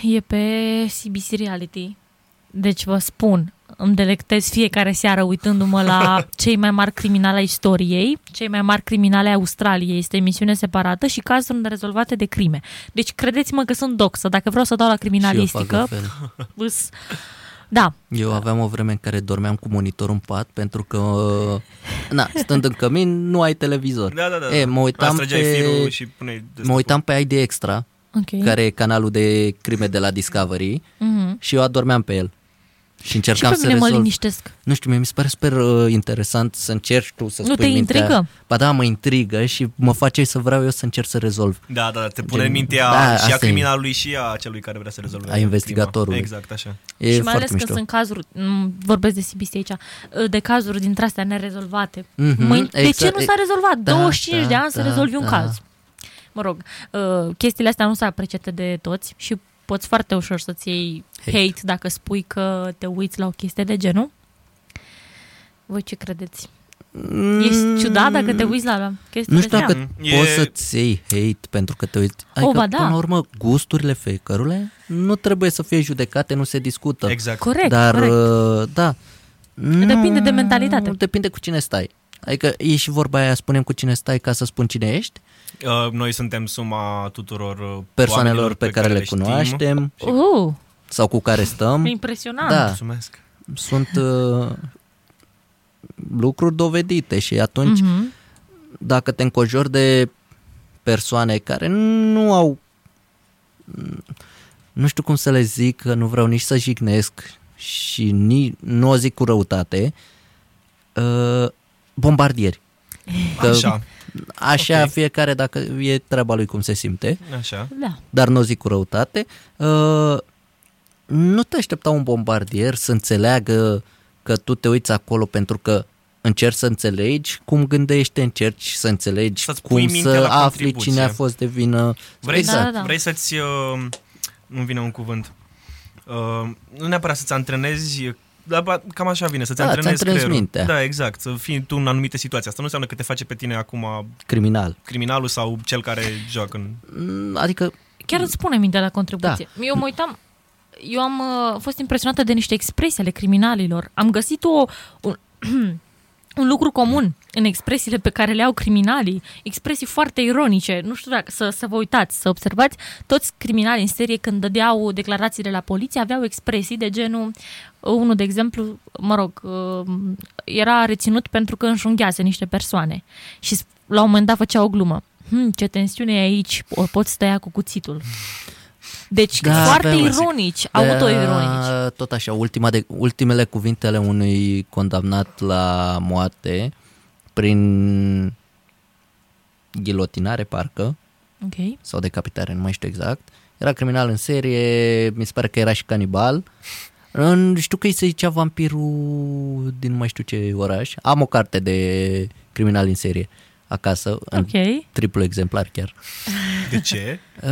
S3: e pe CBC Reality. Deci vă spun, îmi delectez fiecare seară uitându-mă la cei mai mari criminali ai istoriei, cei mai mari criminali ai Australiei. Este emisiune separată și cazuri nerezolvate de crime. Deci credeți-mă că sunt doxă. Dacă vreau să dau la
S1: și eu fac
S3: criminalistică,
S1: la fel.
S3: îs Da,
S1: Eu aveam o vreme în care dormeam cu monitorul în pat pentru că, na, stând în cămin, nu ai televizor.
S2: Da, da, da.
S1: E, mă uitam
S2: Astrageai
S1: pe,
S2: firul și puneai...
S1: mă uitam pe ID Extra,
S3: ok.
S1: care e canalul de crime de la Discovery
S3: Mhm.
S1: și eu adormeam pe el. Și
S3: Și
S1: încercam
S3: pe
S1: să
S3: mine mă
S1: rezolv.
S3: liniștesc.
S1: Nu știu, mie mi se pare super uh, interesant să încerci tu să
S3: Nu
S1: spui
S3: te
S1: mintea.
S3: intrigă?
S1: Ba da, mă intrigă și mă face să vreau eu să încerc să rezolv.
S2: Da, da, da, te pune
S1: Gen-
S2: în mintea
S1: da,
S2: da, și
S1: asta e.
S2: a criminalului și a celui care vrea să rezolve
S1: A
S2: crima.
S1: investigatorului.
S2: Exact, așa.
S1: E
S3: și mai
S1: foarte
S3: ales când
S1: mișto.
S3: sunt cazuri, m, vorbesc de CBC aici, ă, de cazuri dintre astea nerezolvate.
S1: Mhm,
S3: Mâini, de ce
S1: exact,
S3: nu s-a
S1: e-
S3: rezolvat?
S1: da,
S3: 25 de
S1: da,
S3: ani să
S1: da,
S3: rezolvi un
S1: da.
S3: caz. Mă rog, uh, chestiile astea nu sunt apreciate de toți și poți foarte ușor să-ți iei
S1: Hate.
S3: hate. hate dacă spui că te uiți la o chestie de genul. Voi ce credeți? Ești ciudat dacă te uiți la
S1: Mm,
S3: chestia
S1: Nu știu
S3: astea?
S1: dacă
S2: E-
S1: poți să-ți iei hate pentru că te uiți. Adică,
S3: ba da.
S1: până la urmă, gusturile fiecărule nu trebuie să fie judecate, nu se discută.
S2: Exact.
S3: Corect,
S1: Dar,
S3: corect.
S1: uh, da. Nu,
S3: Depinde de mentalitate.
S1: Depinde cu cine stai. Adică e și vorba aia, spunem cu cine stai ca să spun cine ești,
S2: Uh, Noi suntem suma tuturor uh,
S1: persoanelor
S2: oamenilor
S1: pe care le
S2: știm.
S1: cunoaștem Da.
S3: Uh,
S1: sau cu care stăm.
S3: impresionant.
S1: Da.
S2: Ah, Mulțumesc.
S1: Sunt uh, lucruri dovedite și atunci
S3: Mhm.
S1: dacă te înconjori de persoane care nu au nu știu cum să le zic, că nu vreau nici să jignesc și ni, nu o zic cu răutate, uh, bombardieri. Că
S2: Așa,
S1: Așa
S2: Ok.
S1: okay. fiecare, dacă e treaba lui cum se simte,
S2: așa.
S3: Da.
S1: dar nu o zic cu răutate. Uh, nu te aștepta un bombardier să înțeleagă că tu te uiți acolo pentru că încerci să înțelegi cum gândește, încerci să înțelegi
S2: Să-ți pui
S1: cum
S2: mintea
S1: să
S2: la
S1: afli
S2: contribuție.
S1: cine a fost de vină. Exact,
S2: Vrei,
S3: Da,
S2: să,
S3: da, da.
S2: vrei să-ți... Uh, nu vine un cuvânt. Uh, nu neapărat să-ți antrenezi dar ba- cam așa vine, să-ți
S1: Da, ți-a
S2: antrenezi
S1: antrenezi
S2: creierul.
S1: mintea.
S2: Da, exact, să fii tu în anumite situații. Asta nu înseamnă că te face pe tine acum
S1: criminal.
S2: criminalul sau cel care joacă în...
S1: Mm, Adică,
S3: Chiar îți spune mintea la contribuție. Da. Eu mă uitam, eu am uh, fost impresionată de niște expresii ale criminalilor. Am găsit o, un, un lucru comun în expresiile pe care le au criminalii, expresii foarte ironice. Nu știu dacă să, să vă uitați, să observați. Toți criminalii în serie, când dădeau declarațiile la poliție, aveau expresii de genul... uh, Unul, de exemplu, mă rog, uh, era reținut pentru că înjunghease niște persoane și sp- la un moment dat făcea o glumă. Hmm, ce tensiune e aici, o poți tăia cu cuțitul. Deci
S1: Da,
S3: da, foarte
S1: pe urmă,
S2: zic.
S3: ironici, autoironici.
S1: Da, Tot așa, ultima de, ultimele cuvinte ale unui condamnat la moarte prin ghilotinare, parcă,
S3: Ok.
S1: sau decapitare, nu mai știu exact. Era criminal în serie, mi se pare că era și canibal. În, știu că îi se zicea vampirul din nu mai știu ce oraș. Am o carte de criminal în serie acasă, în
S3: Ok.
S1: triplu exemplar chiar.
S2: De ce?
S1: Uh,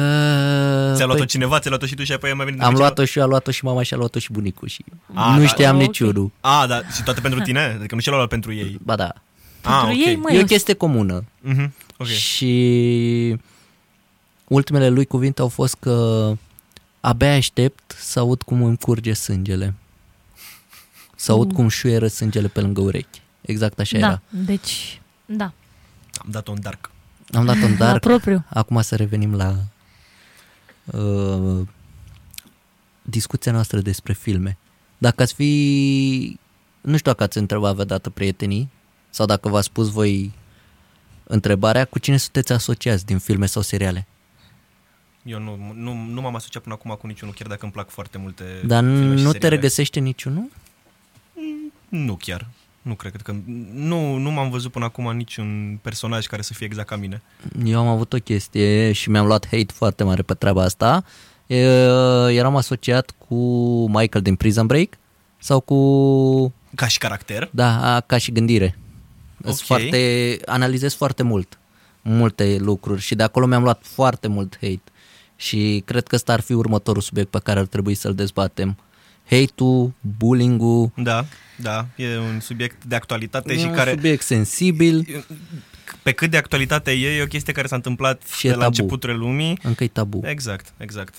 S2: Ți-a luat-o
S1: păi,
S2: cineva, ți-a luat-o și tu și apoi am venit de
S1: am
S2: pe
S1: luat-o și eu, a luat-o și mama și a luat-o și bunicul și
S2: A,
S1: nu
S2: da.
S1: știam
S3: Ah, ok.
S1: niciunul.
S2: A, da, și toate pentru tine? Adică nu și-a luat pentru ei.
S1: Ba da,
S2: ah,
S3: Pentru ei, mă,
S1: e o
S3: eu-
S1: chestie comună.
S2: Mhm, ok.
S1: Și ultimele lui cuvinte au fost că abia aștept să aud cum îmi curge sângele. Să aud cum șuieră sângele pe lângă urechi. Exact așa
S3: da,
S1: era.
S3: deci, da,
S2: Am dat-o în dark.
S1: Am dat un
S3: la
S1: dar.
S3: propriu.
S1: Acum să revenim la uh, discuția noastră despre filme. Dacă ați fi, nu știu dacă ați întrebat vreodată prietenii sau dacă v-ați spus voi întrebarea, cu cine sunteți asociați din filme sau seriale?
S2: Eu nu, nu, nu m-am asociat până acum cu niciunul, chiar dacă îmi plac foarte multe
S1: Dar
S2: filme și
S1: nu te
S2: seriale.
S1: regăsește niciunul?
S2: Nu chiar. Nu cred că... Nu, nu m-am văzut până acum niciun personaj care să fie exact ca mine.
S1: Eu am avut o chestie și mi-am luat hate foarte mare pe treaba asta. E, eram asociat cu Michael din Prison Break sau cu
S2: Ca și caracter?
S1: Da, a, ca și gândire. Okay.
S2: Ok.
S1: Foarte, analizez foarte mult multe lucruri și de acolo mi-am luat foarte mult hate. Și cred că ăsta ar fi următorul subiect pe care ar trebui să-l dezbatem. Hate-ul, bullying-ul,
S2: Da, da. E un subiect de actualitate
S1: e
S2: și
S1: un
S2: Deci care...
S1: subiect sensibil,
S2: Pe cât de actualitate e, e o chestie care s-a întâmplat
S1: Și
S2: și
S1: e
S2: de la
S1: tabu.
S2: începutul lumii.
S1: încă e tabu.
S2: Exact, exact.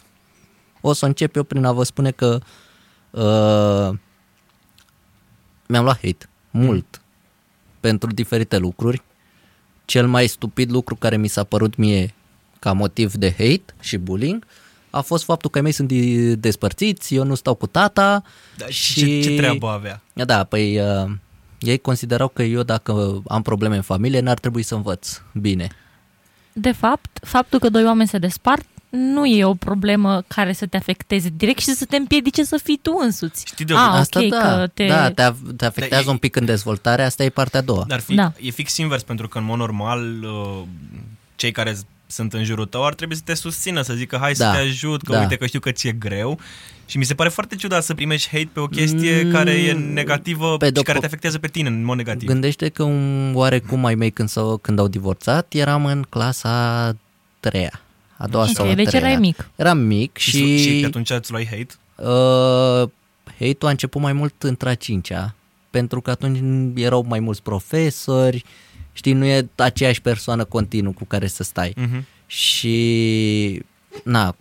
S1: O să încep eu prin a vă spune că uh, mi-am luat hate
S2: Mm.
S1: mult pentru diferite lucruri. Cel mai stupid lucru care mi s-a părut mie ca motiv de hate și bullying a fost faptul că ai mei sunt di- despărțiți, eu nu stau cu tata
S2: Da, și
S1: și...
S2: ce- ce treabă avea?
S1: Da, păi uh, ei considerau că eu dacă am probleme în familie n-ar trebui să învăț bine.
S3: De fapt, faptul că doi oameni se despart nu e o problemă care să te afecteze direct și să te împiedice să fii tu însuți.
S2: Știi de
S3: Ah,
S2: unde?
S1: Asta
S3: ok,
S1: da,
S3: că te-
S1: da, te, af- te afectează
S2: Da, e-
S1: un pic în dezvoltare, asta e partea a doua.
S2: Dar fi,
S3: Da.
S2: da. e fix invers, pentru că în mod normal uh, cei care z- sunt în jurul tău ar trebui să te susțină, să zică hai
S1: Da.
S2: să te ajut, că
S1: Da.
S2: da. uite că știu că ți-e greu. Și mi se pare foarte ciudat să primești hate pe o chestie mm, care e negativă
S1: pe
S2: pe
S1: de-o
S2: și care
S1: po-
S2: te afectează pe tine în mod negativ. Gând-
S1: Gândește că un, oarecum mai mei când, s-au, când au divorțat, eram în clasa a treia, a doua sau a
S3: Ok, deci
S1: treia.
S3: erai mic.
S1: Eram mic
S2: și, și,
S1: și,
S2: și atunci îți luai hate?
S1: uh, hate-ul a început mai mult între a cincea, pentru că atunci erau mai mulți profesori, știi, nu e aceeași persoană continuu cu care să stai.
S3: Mm.
S2: Mm-hmm.
S1: Și, na,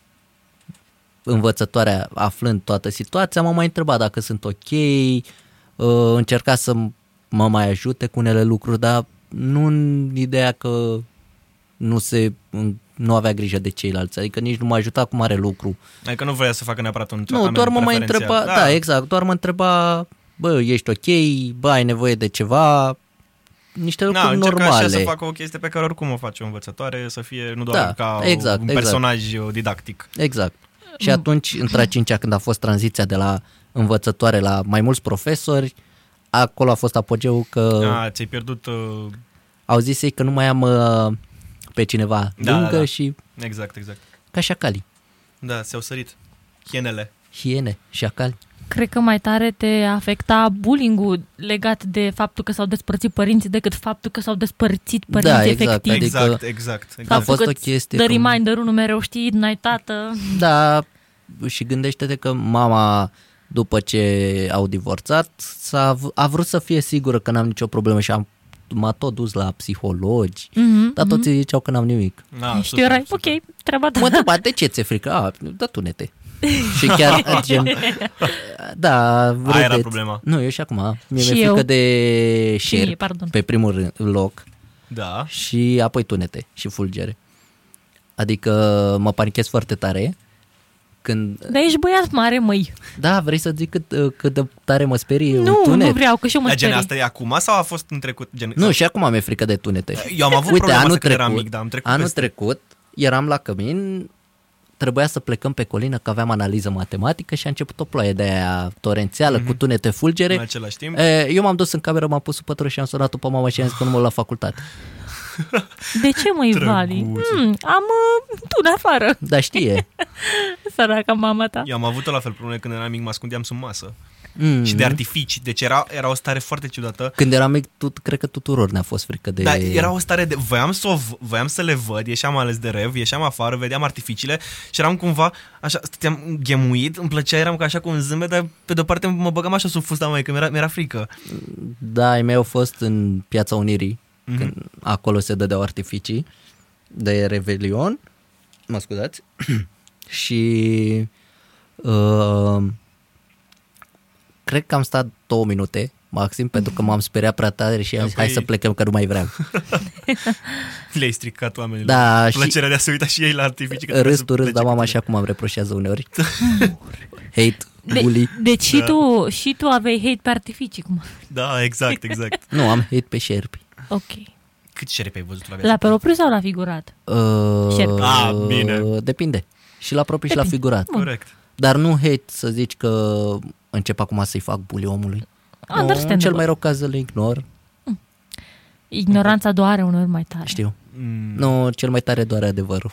S1: învățătoarea aflând toată situația m-a mai întrebat dacă sunt ok, uh, încerca să m- mă mai ajute cu unele lucruri, dar nu în ideea că nu se nu avea grijă de ceilalți, adică nici nu m-a ajutat cu mare lucru.
S2: Adică nu voia să facă neapărat un
S1: Nu,
S2: tratament
S1: doar mă mai
S2: preferențial.
S1: întreba, da. da, exact, doar mă întreba, bă, ești ok, bă, ai nevoie de ceva, niște lucruri
S2: Na, Da, încerca
S1: normale.
S2: așa să facă o chestie pe care oricum o face o învățătoare, să fie nu doar
S1: Da,
S2: ca
S1: exact,
S2: un
S1: exact.
S2: personaj uh, didactic.
S1: Exact. Și atunci, între a cincea, când a fost tranziția de la învățătoare la mai mulți profesori, acolo a fost apogeul că
S2: Uh, A, ți-ai pierdut... Uh,
S1: au zis ei că nu mai am uh, pe cineva
S2: Da,
S1: lângă
S2: da, da.
S1: și
S2: exact, exact.
S1: ca șacali,
S2: Da, s-au sărit. Hienele.
S1: hiene, șacali.
S3: Cred că mai tare te afecta bullying-ul legat de faptul că s-au despărțit părinții decât faptul că s-au despărțit părinții
S1: Da, exact,
S3: efectiv.
S1: adică-
S2: Exact, exact.
S1: A
S2: exact.
S3: Faptul
S1: fost
S3: că
S1: o
S3: îți
S1: chestie
S3: Dă
S1: că-
S3: reminder-ul nu mereu știi, n-ai tată.
S1: Da, și gândește-te că mama, după ce au divorțat, s-a, v- a vrut să fie sigură că n-am nicio problemă și am, m-a tot dus la psihologi,
S3: Mm-hmm,
S1: dar toți îi ziceau că n-am nimic.
S2: A,
S3: Știu, erai, ok, treaba ta.
S1: Mă da. întreba, de ce ți-e frică? A, da tu nete. Și chiar, gen, da,
S2: era
S1: râdeți.
S2: problema.
S1: Nu, eu și acum. Mie mi-e
S3: Și
S1: frică
S3: eu.
S1: de
S3: Și
S1: șerpi,
S3: mie, pardon.
S1: pe primul rând- loc,
S2: Da.
S1: și apoi tunete și fulgere. Adică mă panichez foarte tare când...
S3: Dar ești băiat mare, măi.
S1: Da, vrei să zic cât, cât de tare mă sperie un
S3: Nu,
S1: tunet?
S3: nu vreau, că și eu mă
S2: Dar gen,
S3: sperii.
S2: asta e acum sau a fost în trecut? Gen,
S1: Nu, și acum mi-e frică de tunete.
S2: Eu am avut
S1: Uite,
S2: problema
S1: anul
S2: asta când
S1: trecut,
S2: eram mic, dar am trecut
S1: anul
S2: peste.
S1: trecut eram la cămin, trebuia să plecăm pe colină că aveam analiză matematică și a început o ploaie de aia torențială mm-hmm. cu tunete fulgere.
S2: Mhm. În același timp.
S1: E, Eu m-am dus în cameră, m-am pus sub pătură și am sunat-o pe mama și am zis că nu mă la facultate.
S3: De ce, măi,
S2: Drăguț.
S3: Vali? Mm, am uh, tu afară,
S1: Dar știe.
S3: săraca mama ta.
S2: Eu am avut-o la fel probleme când eram mic, mă ascundeam sub masă.
S1: Mm.
S2: Și de artificii. Deci era, era o stare foarte ciudată.
S1: Când eram mic, tu, cred că tuturor ne-a fost frică de...
S2: Dar era o stare de... Voiam să, o, v- voiam să le văd, ieșeam ales de rev, ieșeam afară, vedeam artificiile și eram cumva așa, stăteam gemuit, îmi plăcea, eram ca așa cu un zâmbet, dar pe de-o parte mă băgam așa sub fusta mea, că mi-era, mi-era frică.
S1: Da, ai mei au fost în Piața Unirii,
S2: Mhm.
S1: mm-hmm. când acolo se dădeau artificii de Revelion, mă scuzați, și uh, cred că am stat două minute maxim, pentru că m-am speriat prea tare și am zis, hai
S2: Apoi-
S1: să plecăm că nu mai vreau.
S2: Le-ai stricat oamenilor.
S1: Da, și-
S2: Plăcerea de a se uita și ei la artificii. că trebuie
S1: Râs
S2: să
S1: tu râs, da,
S2: plece
S1: dar
S2: cu
S1: mama
S2: tine.
S1: așa cum am reproșează uneori. Hate,
S3: De,
S1: bully.
S3: deci
S1: Da.
S3: și, tu, și tu aveai hate pe artificii, cum?
S2: Da, exact, exact.
S1: Nu, am hate pe șerpi.
S3: Ok.
S2: Cât șerpi ai văzut la viață?
S3: La pe propriu sau la figurat?
S1: Uh,
S3: Șerpi.
S2: Ah, bine.
S1: Depinde. Și la propriu și la figurat.
S2: Corect.
S1: Dar nu hate să zici că încep acum să-i fac bully omului. Nu,
S3: Understandable.
S1: în cel mai rău caz îl ignor,
S3: Ignoranța doare uneori mai tare.
S1: știu.
S2: Mm,
S1: Nu, cel mai tare doare adevărul.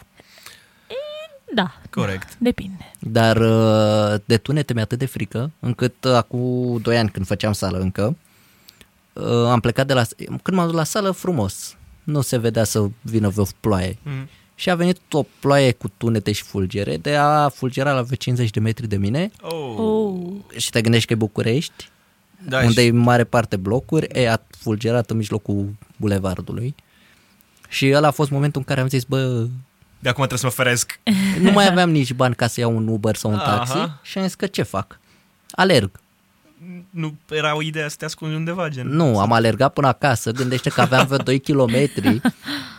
S3: Da,
S2: corect.
S3: depinde.
S1: Dar uh, de tunete mi-e atât de frică, încât uh, acum 2 ani când făceam sală încă, uh, am plecat de la... Când m-am dus la sală, frumos. Nu se vedea să vină vreo ploaie.
S2: Mm.
S1: Și a venit o ploaie cu tunete și fulgere, de a fulgera la vreo 50 de metri de mine
S2: Oh.
S3: Oh.
S1: și te gândești că e București,
S2: Da,
S1: unde
S2: și
S1: e în mare parte blocuri, e a fulgerat în mijlocul bulevardului. Și ăla a fost momentul în care am zis, bă,
S2: de acum trebuie să mă feresc.
S1: nu mai aveam nici bani ca să iau un Uber sau un taxi
S2: Aha.
S1: și am zis că ce fac? Alerg.
S2: Nu era o idee să te ascunzi undeva, gen.
S1: Nu, am alergat până acasă, gândește că aveam vreo 2 km.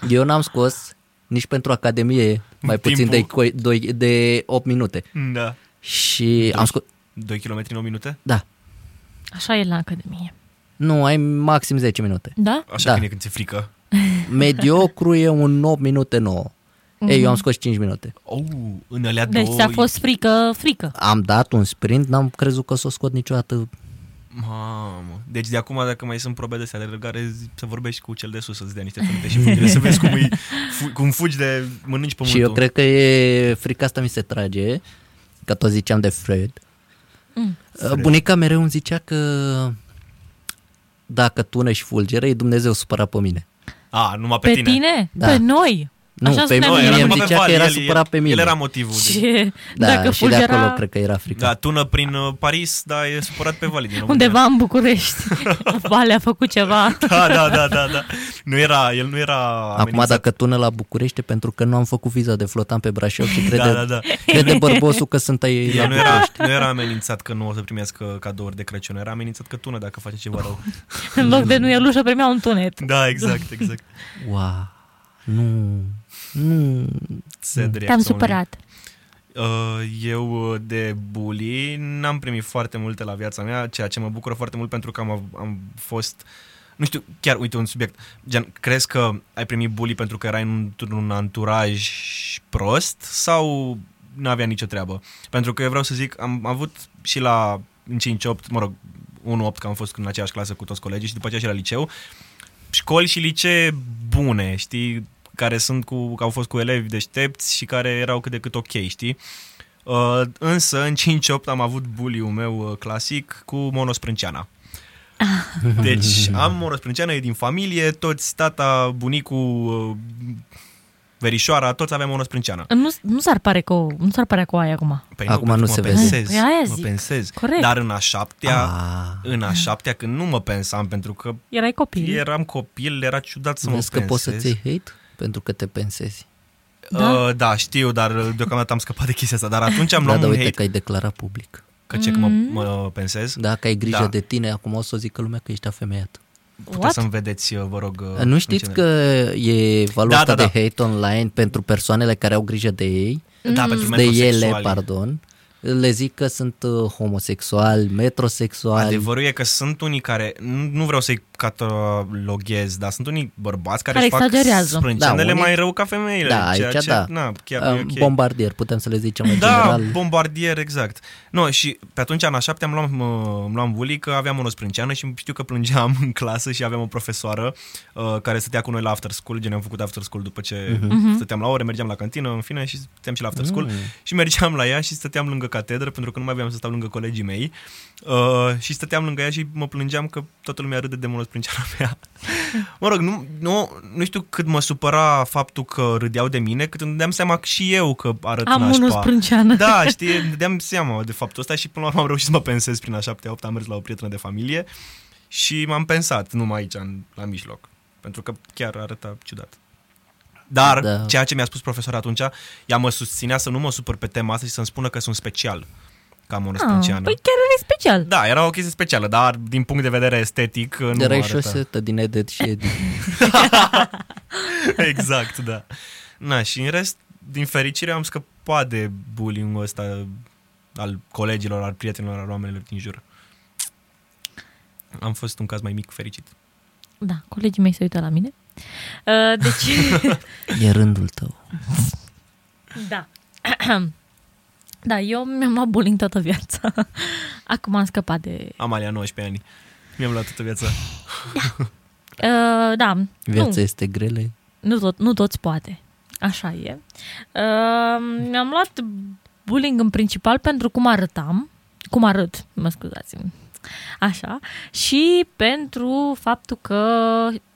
S1: Eu n-am scos nici pentru academie mai puțin de,
S2: Timpul.
S1: co- doi- de 8 minute.
S2: Da.
S1: Și am sco-
S2: 2 km în 8 minute?
S1: Da.
S3: Așa e la Academie.
S1: Nu, ai maxim 10 minute.
S3: Da?
S1: Da.
S2: Așa da. când e când ți-e frică.
S1: Mediocru e un 8 minute 9. Mm-hmm. Ei, eu am scos 5 minute.
S2: Oh, în alea
S3: Deci
S2: două...
S3: ți-a fost frică, frică.
S1: Am dat un sprint, n-am crezut că o să o scot niciodată.
S2: Mamă. Deci de acum, dacă mai sunt probe de astea de alergare, zi- să vorbești cu cel de sus, să-ți dea niște frunte și frântele, să vezi cum, îi, fu- cum fugi de mănânci
S1: Pământul.
S2: pământul.
S1: Și eu cred că e frica asta mi se trage, că tot ziceam de Freud.
S3: Mm.
S1: Fred. Bunica mereu îmi zicea că dacă tună și fulgere, e Dumnezeu supărat pe mine.
S2: A, numai pe,
S3: Pe tine?
S1: Da.
S3: Pe noi?
S1: Nu,
S3: Așa
S1: pe
S3: spunea
S1: noi,
S2: Nu,
S3: mie.
S1: Mie
S2: era
S1: îmi
S2: numai pe
S1: zicea că
S2: Val,
S1: era
S2: el-
S1: supărat pe mine.
S2: El era motivul. deci-
S3: Și
S1: Da,
S3: dacă
S1: și de acolo
S3: fulgera
S1: cred că era frică.
S2: Da, tună prin uh, Paris, dar e supărat pe Vali din România.
S3: undeva în București, Vale a făcut ceva.
S2: Da, da, da, da, da. Nu era, el nu era
S1: Acum
S2: amenințat.
S1: dacă tună la București e pentru că nu am făcut viza de flotam pe Brașov și crede,
S2: Da, da, da.
S1: crede bărbosul că sunt ai la
S2: El nu
S1: București.
S2: era, nu era amenințat că nu o să primească cadouri de Crăciun, era amenințat că tună dacă face ceva rău.
S3: În loc de nuielușă primea un tunet.
S2: Da, exact, exact.
S1: Wow, nu, nu,
S2: Se
S1: Mm.
S3: Te-am supărat.
S2: Uh, Eu uh, de bully n-am primit foarte multe la viața mea, ceea ce mă bucură foarte mult pentru că am, av- am fost... Nu știu, chiar, uite, un subiect. Gen, crezi că ai primit bully pentru că erai într-un anturaj prost sau n-avea nicio treabă? Pentru că eu vreau să zic, am avut și la în 5-8, mă rog, 1-8, că am fost în aceeași clasă cu toți colegii și după aceea și la liceu, școli și licee bune, știi, care sunt cu, că au fost cu elevi deștepți și care erau cât de cât ok, știi? Uh, însă, în 5-8 am avut bully-ul meu uh, clasic cu monosprânceana.
S1: Ah.
S2: Deci am monosprânceană, e din familie, toți, tata, bunicul, uh, verișoara, toți aveam monosprânceană.
S3: Nu, nu s-ar pare că o- nu s-ar părea cu aia acum.
S2: Păi
S1: Acum
S2: că
S1: nu
S2: mă
S1: se vede.
S2: pensez,
S3: Păi aia
S2: mă
S3: zic.
S2: pensez.
S3: Corect.
S2: Dar în a șaptea,
S1: Ah.
S2: în a șaptea, când nu mă pensam, pentru că
S3: Erai copil.
S2: eram copil, era ciudat să mă
S1: Vezi că poți să
S2: pensez.
S1: ții hate pentru că te pensezi.
S3: Da?
S2: Uh, da, știu, dar uh, deocamdată am scăpat de chestia asta, dar atunci am
S1: Da,
S2: luat
S1: dar
S2: un
S1: uite
S2: hate,
S1: că ai declarat public.
S2: că ce că mă,
S3: Mm-hmm.
S2: mă pensez.
S1: Dacă ai grijă
S2: Da.
S1: de tine, acum o să zică lumea că ești afemeiat.
S2: Puteți
S3: What?
S2: să-mi vedeți, uh, vă rog. uh,
S1: Nu știți
S2: în
S1: că
S2: ce-
S1: e valul
S2: Da,
S1: da, da,
S2: da,
S1: de hate online pentru persoanele care au grijă de ei, Mm.
S2: Da, pentru
S1: de ele,
S2: metrosexuali.
S1: pardon, le zic că sunt uh, homosexuali, metrosexuali.
S2: Adevărul e că sunt unii care, nu nu vreau să-i cataloghez, dar sunt unii bărbați care,
S3: Care
S2: își fac
S3: exagerează.
S2: sprâncenele
S1: Da, unii-
S2: mai rău ca femeile.
S1: da, aici
S2: ceea ce,
S1: da.
S2: Na, chiar
S1: Uh,
S2: nu e ok.
S1: Bombardier, putem să le zicem în
S2: Da,
S1: general.
S2: bombardier, exact. No, și pe atunci, în a șaptea, îmi luam, mă- îmi luam bully că aveam o sprânceană și știu că plângeam în clasă și aveam o profesoară uh, care stătea cu noi la after school, gen am făcut after school după ce
S1: Mhm.
S3: Mhm.
S2: uh-huh. stăteam la ore, mergeam la cantină, în fine, și stăteam și la after
S1: Mm.
S2: school și mergeam la ea și stăteam lângă catedră pentru că nu mai aveam să stau lângă colegii mei uh, și stăteam lângă ea și mă plângeam că toată lumea râde de monosprânceana mea. Mă rog, nu, nu, nu știu cât mă supăra faptul că râdeau de mine, cât îmi dădeam seama și eu că arăt
S3: Am
S2: nașpa.
S3: unul sprânceană.
S2: Da, știi, îmi dădeam seama de faptul ăsta și până la urmă am reușit să mă pensez prin a șaptea, opt, am mers la o prietenă de familie și m-am pensat numai aici, în, la mijloc, pentru că chiar arăta ciudat. Dar
S1: Da.
S2: da. ceea ce mi-a spus profesora atunci, ea mă susținea să nu mă supăr pe tema asta și să-mi spună că sunt special ca
S3: Ah,
S2: monosprânceană.
S3: păi chiar e special.
S2: Da, era o chestie specială, dar din punct de vedere estetic nu
S1: Erai și o
S2: arăta.
S1: setă din edit și edit.
S2: exact, da. Na, și în rest, din fericire, am scăpat de bullying-ul ăsta al colegilor, al prietenilor, al oamenilor din jur. Am fost un caz mai mic fericit.
S3: Da, colegii mei se uită la mine. Uh, Deci,
S1: E rândul tău.
S3: da. Da, eu mi-am luat bullying toată viața. Acum am scăpat de...
S2: Am alea 19 ani. Mi-am luat toată viața.
S3: Uh, da,
S1: Viața
S3: nu,
S1: este grele.
S3: nu, tot, nu toți poate. Așa e. Uh, mi-am luat bullying în principal pentru cum arătam, cum arăt, mă scuzați așa, și pentru faptul că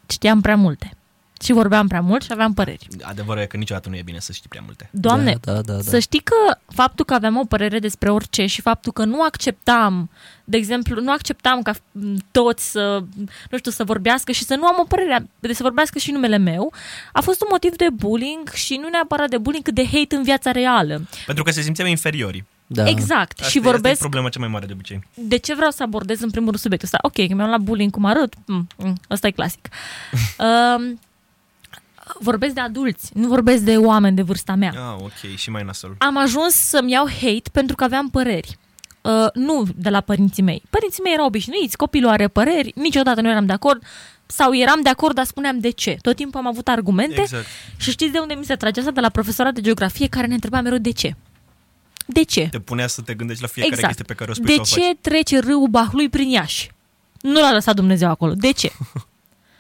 S3: știam prea multe și vorbeam prea mult și aveam păreri.
S2: Adevărul e că niciodată nu e bine să știi prea multe.
S3: Doamne,
S1: da, da, da, da.
S3: Să știi că faptul că aveam o părere despre orice și faptul că nu acceptam, de exemplu, nu acceptam ca m, toți să, nu știu, să vorbească și să nu am o părere, de să vorbească și numele meu, a fost un motiv de bullying și nu neapărat de bullying, cât de hate în viața reală.
S2: Pentru că se simțeam inferiori.
S1: da.
S3: Exact.
S2: Asta
S3: și
S2: e- Asta e
S3: vorbesc
S2: problema cea mai mare de obicei.
S3: de ce vreau să abordez în primul rând subiectul ăsta? Ok, că mi-am luat bullying cum arăt, mm, mm, ăsta e clasic. um, vorbesc de adulți, nu vorbesc de oameni de vârsta mea.
S2: Ah, ok, și mai nasol.
S3: Am ajuns să-mi iau hate pentru că aveam păreri. Uh, nu de la părinții mei. Părinții mei erau obișnuiți, copilul are păreri, niciodată nu eram de acord sau eram de acord, dar spuneam de ce. Tot timpul am avut argumente
S2: Exact.
S3: și știți de unde mi se trage asta? De la profesora de geografie care ne întreba mereu de ce. De ce?
S2: Te punea să te gândești la fiecare
S3: exact.
S2: chestie pe care o spui
S3: De
S2: să o faci.
S3: ce trece râul Bahlui prin Iași? Nu l-a lăsat Dumnezeu acolo. De ce?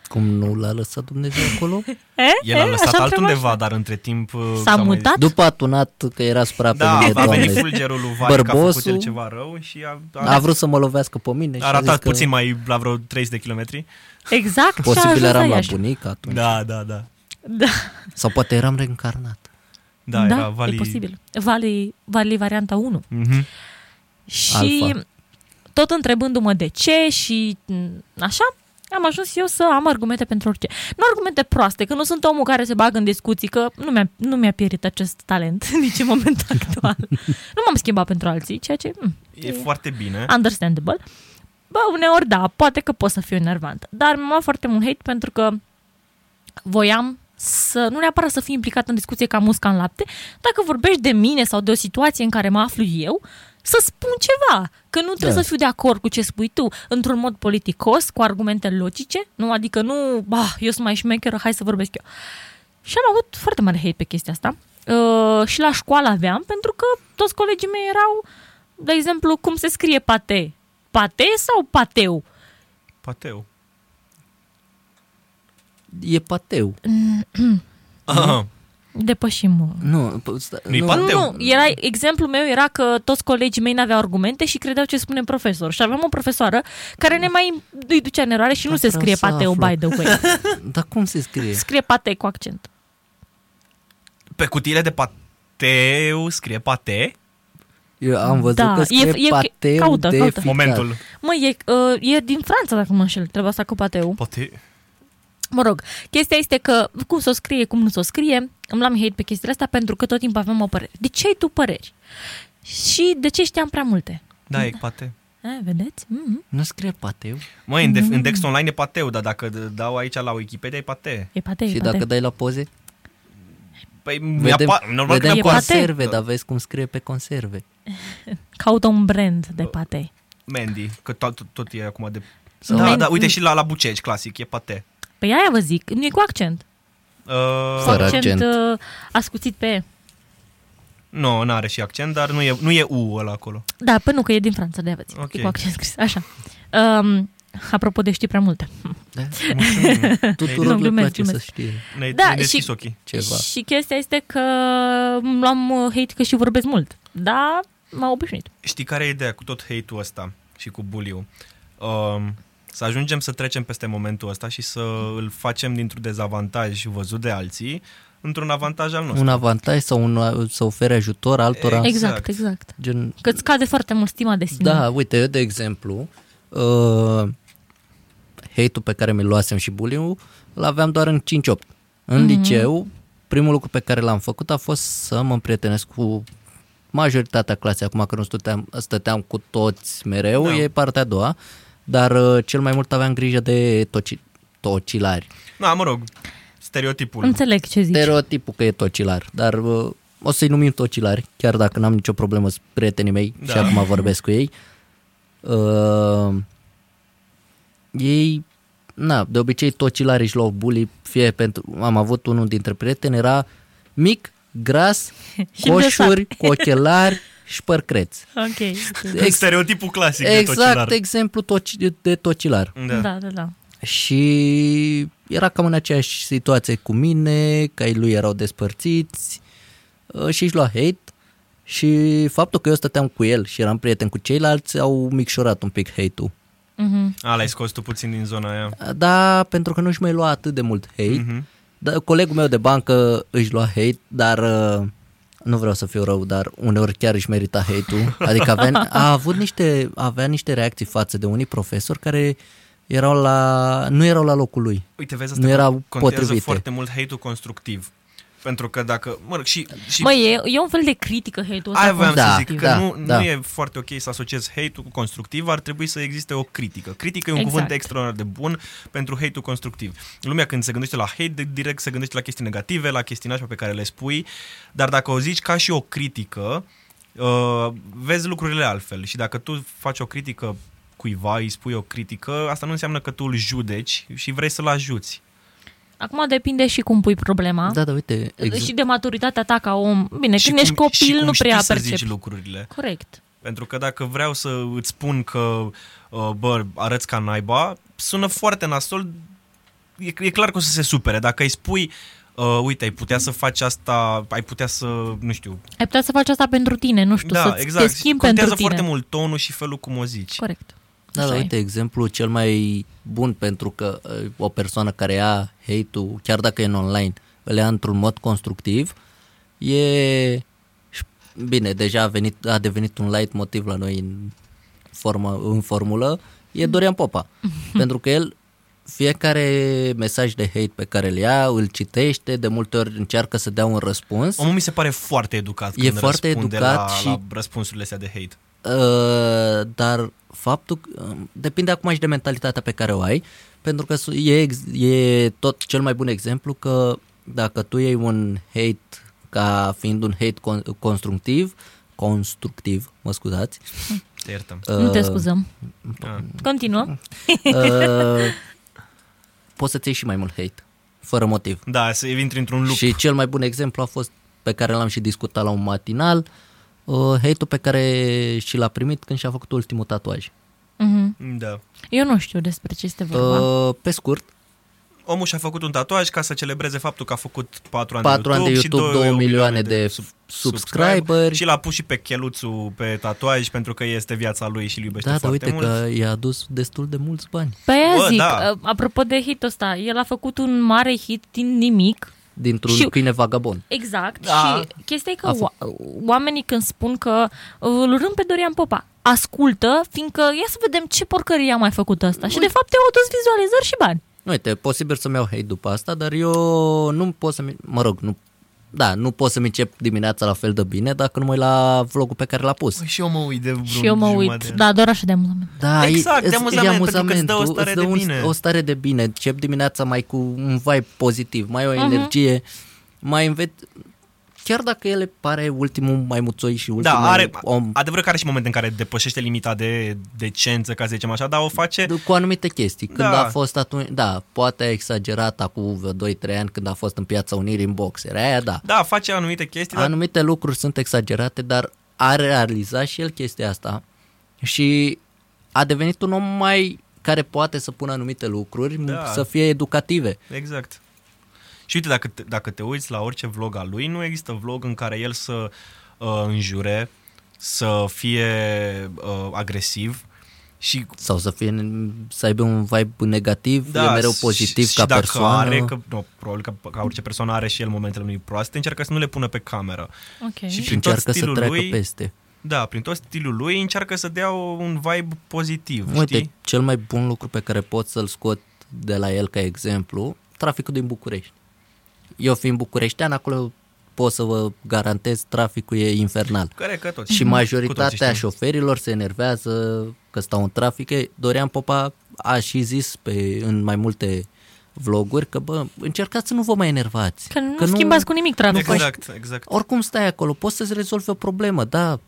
S1: Cum nu l-a lăsat Dumnezeu acolo?
S3: E?
S2: El
S3: E?
S2: a lăsat
S3: Așa
S2: altundeva,
S3: întreba?
S2: dar între timp... uh,
S3: S-a
S2: mai-
S3: mutat?
S1: După a tunat că era supra
S2: Da,
S1: pe mine,
S2: a venit
S1: doamne.
S2: fulgerul lui Vali, că a făcut
S1: Bărbosul
S2: el ceva rău și a, a,
S1: A vrut să mă lovească pe mine și
S2: a
S1: a zis
S2: ratat
S1: că
S2: puțin mai la vreo 300 de kilometri.
S3: Exact. și a ajuns
S1: posibil eram la
S3: Iași.
S1: bunic atunci.
S2: Da, da, da.
S3: Da,
S1: Sau poate eram reîncarnat.
S2: Da,
S3: da
S2: era Vali...
S3: e posibil. Vali, Vali varianta 1.
S2: Mhm.
S3: Și
S1: Alfa.
S3: tot întrebându-mă de ce și m, așa, am ajuns eu să am argumente pentru orice. Nu argumente proaste, că nu sunt omul care se bagă în discuții, că nu mi-a, nu mi-a pierit acest talent nici în momentul actual. nu m-am schimbat pentru alții, ceea ce... mm, m,
S2: E foarte bine.
S3: understandable. Bă, uneori da, poate că pot să fiu enervantă, dar mi-am luat foarte mult hate pentru că voiam să, nu neapărat să fiu implicat în discuție ca musca în lapte, dacă vorbești de mine sau de o situație în care mă aflu eu, să spun ceva, că nu trebuie
S1: Da.
S3: să fiu de acord cu ce spui tu, într-un mod politicos, cu argumente logice, nu, adică nu, bah, eu sunt mai șmecheră, hai să vorbesc eu. Și am avut foarte mare hate pe chestia asta. Uh, și la școală aveam, pentru că toți colegii mei erau, de exemplu, cum se scrie pate? Pate sau pateu?
S2: Pateu.
S1: E pateu.
S2: Aha.
S3: Depășim. uh.
S1: Nu, p- sta-
S2: Nu-i
S1: nu,
S2: pateu.
S3: Nu, era, exemplul meu era că toți colegii mei n-aveau argumente și credeau ce spune profesor. Și aveam o profesoară care ne mai îi ducea în eroare și nu
S1: Dar
S3: se
S1: vreau
S3: scrie
S1: să
S3: pateu,
S1: aflu.
S3: by the way.
S1: Dar cum se scrie?
S3: Scrie pate cu accent.
S2: Pe cutiile de pateu scrie pate.
S1: Eu am văzut
S3: Da,
S1: că scrie
S3: e- e-
S1: pateu
S3: caută,
S1: de
S3: caută.
S1: ficat.
S2: Momentul.
S3: Mă, e, uh, e din Franța, dacă nu mă înșel, treaba asta cu pateu.
S2: Pate.
S3: Mă rog, chestia este că cum să o scrie, cum nu să o scrie, îmi luam hate pe chestia asta pentru că tot timpul aveam o părere. De ce ai tu păreri? Și de ce știam prea multe?
S2: Da, e pate.
S3: Eh, vedeți? Mm-hmm.
S1: Nu scrie pateu?
S2: Măi, în, def- în text online e pateu, dar dacă d- dau aici la Wikipedia e pate.
S3: E pate,
S1: Și
S3: e pate.
S1: dacă dai la poze?
S2: Păi,
S1: Vedem,
S2: mi-apa- normal că
S1: vedem
S3: E
S2: mi-apa-
S3: pate.
S1: conserve, dar vezi cum scrie pe conserve.
S3: Caută un brand de pate.
S2: Mandy, că tot, tot- tot e acum de...
S1: Sau-
S2: Da,
S3: Mandy.
S2: da, uite și la, la Buceci, clasic, e pate.
S3: Păi aia vă zic, nu e cu accent.
S2: Uh,
S3: Cu
S1: Fără
S3: accent
S1: accent.
S3: uh, ascuțit pe E.
S2: nu, nu are și accent, dar nu e, nu e U ăla acolo.
S3: Da, pe nu, că e din Franța, de aia vă zic.
S2: Ok.
S3: E cu accent scris. Așa. Um, apropo de știi prea multe.
S1: Da?
S2: Mulțumim.
S1: Tuturor le
S3: glumesc,
S1: place să
S3: glumesc.
S1: știe
S2: Ne-ai,
S3: Da,
S2: ne-ai deschis
S3: și-
S2: ochii.
S1: ceva.
S3: Și chestia este că îmi luam uh, hate că și vorbesc mult. Da, m-a obișnuit.
S2: Știi care e ideea cu tot hate-ul ăsta și cu bully-ul? Um, să ajungem să trecem peste momentul ăsta și să îl facem dintr-un dezavantaj văzut de alții într-un avantaj al nostru.
S1: Un avantaj sau un, să ofere ajutor altora.
S2: Exact.
S3: Exact, exact.
S1: Gen,
S3: Că îți cade foarte mult stima de sine.
S1: Da, uite, eu de exemplu, uh, hate-ul pe care mi-l luasem și bullying-ul, l-aveam doar în 5-8. În mm-hmm. liceu, primul lucru pe care l-am făcut a fost să mă împrietenesc cu majoritatea clasei, acum că nu stăteam, stăteam cu toți mereu,
S2: Da.
S1: da. e partea a doua, dar uh, cel mai mult aveam grijă de toci, tocilari.
S2: Da, mă rog, stereotipul.
S3: Înțeleg ce zici.
S1: Stereotipul că e tocilar, dar uh, o să-i numim tocilari, chiar dacă n-am nicio problemă cu prietenii mei
S2: Da.
S1: da. și acum vorbesc cu ei. Uh, ei, na, de obicei tocilari își luau bully, fie pentru, am avut unul dintre prieteni, era mic, gras,
S3: Și
S1: coșuri, cu ochelari și părcreți.
S3: Ok.
S1: Ex-
S2: Stereotipul clasic de tocilar.
S1: exact exemplu toci, de tocilar.
S2: Da. da.
S3: Da, da, da.
S1: Și era cam în aceeași situație cu mine, că ai lui erau despărțiți uh, și își lua hate și faptul că eu stăteam cu el și eram prieten cu ceilalți au micșorat un pic hate-ul.
S3: Mhm.
S2: A, l-ai scos tu puțin din zona aia.
S1: Da, pentru că nu-și mai lua atât de mult hate. Mm-hmm. Da, colegul meu de bancă își lua hate, dar uh, nu vreau să fiu rău, dar uneori chiar își merita hate-ul. Adică avea, a avut niște, avea niște reacții față de unii profesori care erau la, nu erau la locul lui.
S2: Uite, vezi, asta
S1: Nu
S2: con-
S1: erau
S2: contează
S1: potrivite.
S2: foarte mult hate-ul constructiv. Pentru că dacă, mă rog, și, și
S3: Mă, e, e un fel de critică hate-ul ăsta.
S2: Aia voiam
S1: Da,
S2: să zic, că
S1: da,
S2: nu,
S1: da.
S2: nu e foarte ok să asociezi hate-ul cu constructiv, ar trebui să existe o critică. Critică e un
S3: Exact.
S2: cuvânt extraordinar de bun pentru hate-ul constructiv. Lumea când se gândește la hate, de- direct se gândește la chestii negative, la chestii nașpa pe care le spui, dar dacă o zici ca și o critică, uh, vezi lucrurile altfel și dacă tu faci o critică cuiva, îi spui o critică, asta nu înseamnă că tu îl judeci și vrei să-l ajuți.
S3: Acum depinde și cum pui problema.
S1: Da, da, uite, exact.
S3: Și de maturitatea ta ca om. Bine,
S2: și
S3: când ești
S2: cum, și
S3: copil
S2: cum
S3: nu prea
S2: știi să
S3: percepi.
S2: zici lucrurile.
S3: Corect.
S2: Pentru că dacă vreau să îți spun că, uh, bă, arăți ca naiba, sună foarte nasol, e, e clar că o să se supere. Dacă îi spui, uh, uite, ai putea să faci asta, ai putea să, nu știu, exact.
S3: Ai putea să faci asta pentru tine, nu știu, să te schimbi
S2: Da, Contează
S3: pentru tine.
S2: foarte mult tonul și felul cum o zici.
S3: Corect.
S1: Da,
S3: Așa
S1: da,
S3: e.
S1: uite, exemplu cel mai bun pentru că uh, o persoană care ia hate-ul, chiar dacă e în online, îl ia într-un mod constructiv, e... și- Bine, deja a, venit, a devenit un light motiv la noi în, formă, în formulă, e
S3: Mm.
S1: Dorian Popa. pentru că el, fiecare mesaj de hate pe care îl ia, îl citește, de multe ori încearcă să dea un răspuns.
S2: Omul mi se pare foarte educat
S1: E
S2: când
S1: foarte
S2: răspunde
S1: educat
S2: la,
S1: și-
S2: la răspunsurile astea de hate.
S1: Uh, dar faptul că, um, depinde acum și de mentalitatea pe care o ai, pentru că su- e, ex- e tot cel mai bun exemplu că dacă tu iei un hate ca fiind un hate con- constructiv, constructiv, mă scuzați.
S2: Te iertăm.
S1: Uh,
S3: Nu te scuzăm.
S2: Ah.
S3: Continuăm.
S1: Uh, poți să-ți iei și mai mult hate, fără motiv.
S2: Da, să intri într-un loop.
S1: Și cel mai bun exemplu a fost pe care l-am și discutat la un matinal, uh, hate-ul pe care și l-a primit când și-a făcut ultimul tatuaj.
S3: Mhm.
S2: Da.
S3: Eu nu știu despre ce este vorba.
S1: Uh, pe scurt,
S2: Omul și-a făcut un tatuaj ca să celebreze faptul că a făcut 4 ani,
S1: 4
S2: de,
S1: ani de
S2: YouTube
S1: YouTube,
S2: și
S1: 2
S2: 2
S1: milioane de
S2: sub-
S1: subscriberi.
S2: Și l-a pus și pe cheluțul pe tatuaj pentru că este viața lui și îl iubește
S1: Da, dar
S2: foarte
S1: uite
S2: mult.
S1: că i-a adus destul de mulți bani
S3: Pe aia
S2: Bă,
S3: zic,
S2: da.
S3: uh, apropo de hit ăsta, el a făcut un mare hit din nimic.
S1: dintr-un
S3: Și-
S1: câine vagabond.
S3: Exact.
S2: Da.
S3: Și chestia e că
S1: A fă-
S3: o- oamenii când spun că uh, îl râm pe Dorian Popa, ascultă, fiindcă ia să vedem ce porcărie a mai făcut asta. Și de fapt i-au adus vizualizări și bani.
S1: Uite, posibil să-mi iau hate după asta, dar eu nu pot să-mi... Mă rog, nu... Da, nu pot să-mi încep dimineața la fel de bine dacă nu mă uit la vlogul pe care l-a pus.
S2: Păi și eu mă uit de vreun
S3: și eu mă uit.
S2: jumătate de an.
S3: Da, doar așa de mult.
S1: Da,
S2: Exact,
S1: e,
S2: de
S1: e
S2: amuzament, pentru că îți dă o
S1: amuzamentul,
S2: stare
S1: îți dă
S2: de
S1: un-
S2: bine.
S1: O stare de bine. Încep dimineața mai cu un vibe pozitiv, mai o energie, mai înveți... Chiar dacă ele pare ultimul maimuțoi și ultimul
S2: Da, are,
S1: om
S2: adevărul că are și momente în care depășește limita de decență, ca să zicem așa, dar o face...
S1: cu anumite chestii. Când
S2: Da.
S1: da. a fost atunci, da, poate a exagerat acum vreo 2-3 ani când a fost în piața Unirii în boxer. Aia da.
S2: Da, face anumite chestii, dar
S1: Anumite lucruri sunt exagerate, dar a realizat și el chestia asta și a devenit un om mai care poate să pună anumite lucruri
S2: Da.
S1: da. să fie educative.
S2: Exact. Și uite, dacă te, dacă te uiți la orice vlog al lui, nu există vlog în care el să uh, înjure, să fie uh, agresiv și
S1: Sau să fie să aibă un vibe negativ, da, e mereu
S2: și-
S1: pozitiv
S2: și
S1: ca
S2: dacă
S1: persoană.
S2: Are, că, no, probabil că ca orice persoană are și el momentele lui proaste, încearcă să nu le pună pe cameră.
S3: Ok.
S2: Și-
S1: și
S2: prin tot
S1: încearcă să
S2: stilul
S1: treacă
S2: lui,
S1: peste.
S2: Da, prin tot stilul lui încearcă să dea o- un vibe pozitiv,
S1: Uite,
S2: știi?
S1: cel mai bun lucru pe care pot să-l scot de la el ca exemplu, traficul din București. Eu fiind bucureștean, acolo pot să vă garantez, traficul e infernal.
S2: Care că tot.
S1: Și
S2: Mhm. Cu toții
S1: majoritatea
S2: știm.
S1: șoferilor se enervează că stau în trafic. E, Dorian Popa a și zis pe, în mai multe vloguri că bă, încercați să nu vă mai enervați.
S3: Că nu schimbați cu nimic traficul.
S2: Exact, exact.
S1: Oricum stai acolo, poți să-ți rezolvi o problemă, da,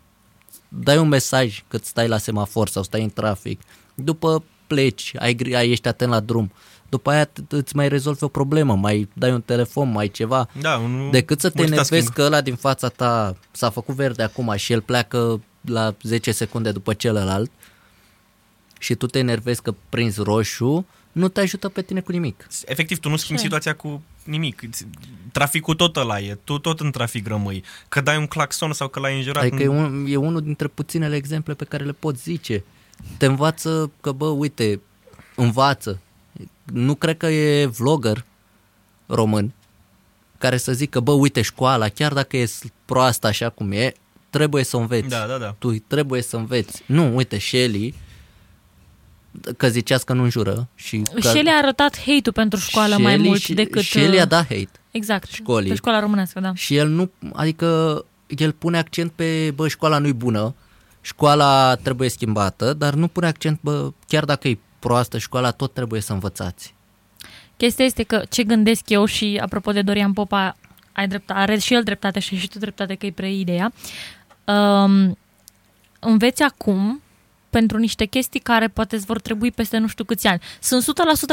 S1: dai un mesaj cât stai la semafor sau stai în trafic, după pleci, ai, gri- ai ești atent la drum, după aia t- îți mai rezolvi o problemă, mai dai un telefon, mai ceva,
S2: Da, un
S1: decât să te
S2: multitasking.
S1: enervezi că ăla din fața ta s-a făcut verde acum și el pleacă la 10 secunde după celălalt și tu te enervezi că prinzi roșu, nu te ajută pe tine cu nimic.
S2: efectiv, tu nu schimbi
S3: Ce?
S2: situația cu nimic. Îți- Traficul tot ăla e, tu tot în trafic rămâi. Că dai un claxon sau că l-ai înjurat.
S1: Adică e, un, e unul dintre puținele exemple pe care le pot zice. Te învață că, bă, uite, învață. Nu cred că e vlogger român care să zică, bă, uite, școala, chiar dacă e proastă așa cum e, trebuie să o înveți.
S2: Da, da, da.
S1: Tu trebuie să înveți. Nu, uite, Shelly că ziceați că nu înjură și că
S3: Shelley a arătat hate-ul pentru școală mai
S1: Shelley
S3: mult
S1: și-
S3: decât...
S1: Shelley a
S3: uh,
S1: dat hate.
S3: Exact,
S1: școlii.
S3: pe școala românească, da.
S1: Și el nu, adică el pune accent pe, bă, școala nu-i bună, școala trebuie schimbată, dar nu pune accent, bă, chiar dacă e proastă școala, tot trebuie să învățați.
S3: Chestia este că ce gândesc eu și apropo de Dorian Popa, ai dreptate, are și el dreptate și ai și tu dreptate că îi preiei ideea. Um, înveți acum pentru niște chestii care poate îți vor trebui peste nu știu câți ani. Sunt 100%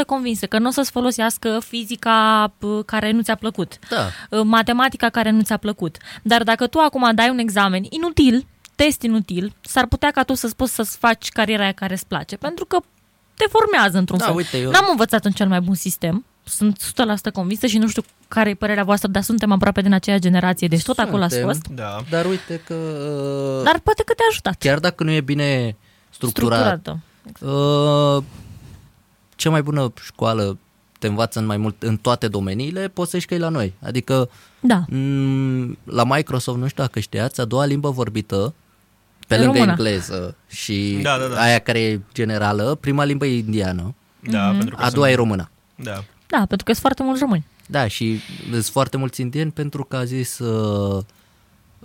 S3: convinsă că nu o să-ți folosească fizica p- care nu ți-a plăcut,
S1: Da.
S3: uh, matematica care nu ți-a plăcut. Dar dacă tu acum dai un examen inutil, test inutil, s-ar putea ca tu să-ți poți să-ți faci cariera aia care îți place, pentru că te formează într-un
S1: Da,
S3: fel.
S1: uite, eu-
S3: N-am învățat în cel mai bun sistem, sunt 100% convinsă și nu știu care e părerea voastră, dar suntem aproape din aceea generație, deci tot acolo ați
S1: Suntem.
S3: fost.
S2: Da.
S1: Dar uite că... uh,
S3: Dar poate că te-a ajutat.
S1: Chiar dacă nu e bine structurat,
S3: Structurată.
S1: structurat. Uh, cea mai bună școală te învață în mai mult în toate domeniile, poți să ieși că e la noi. Adică
S3: Da.
S1: m- Mm, la Microsoft, nu știu dacă știați, a doua limbă vorbită pe
S3: E
S1: lângă
S3: română.
S1: engleză și
S2: Da, da, da.
S1: aia care e generală, prima limbă e indiană,
S2: Da, mm-hmm. pentru că
S1: a doua e română.
S2: Da.
S3: Da, pentru că sunt foarte mulți români.
S1: Da, și sunt foarte mulți indieni pentru că a zis uh,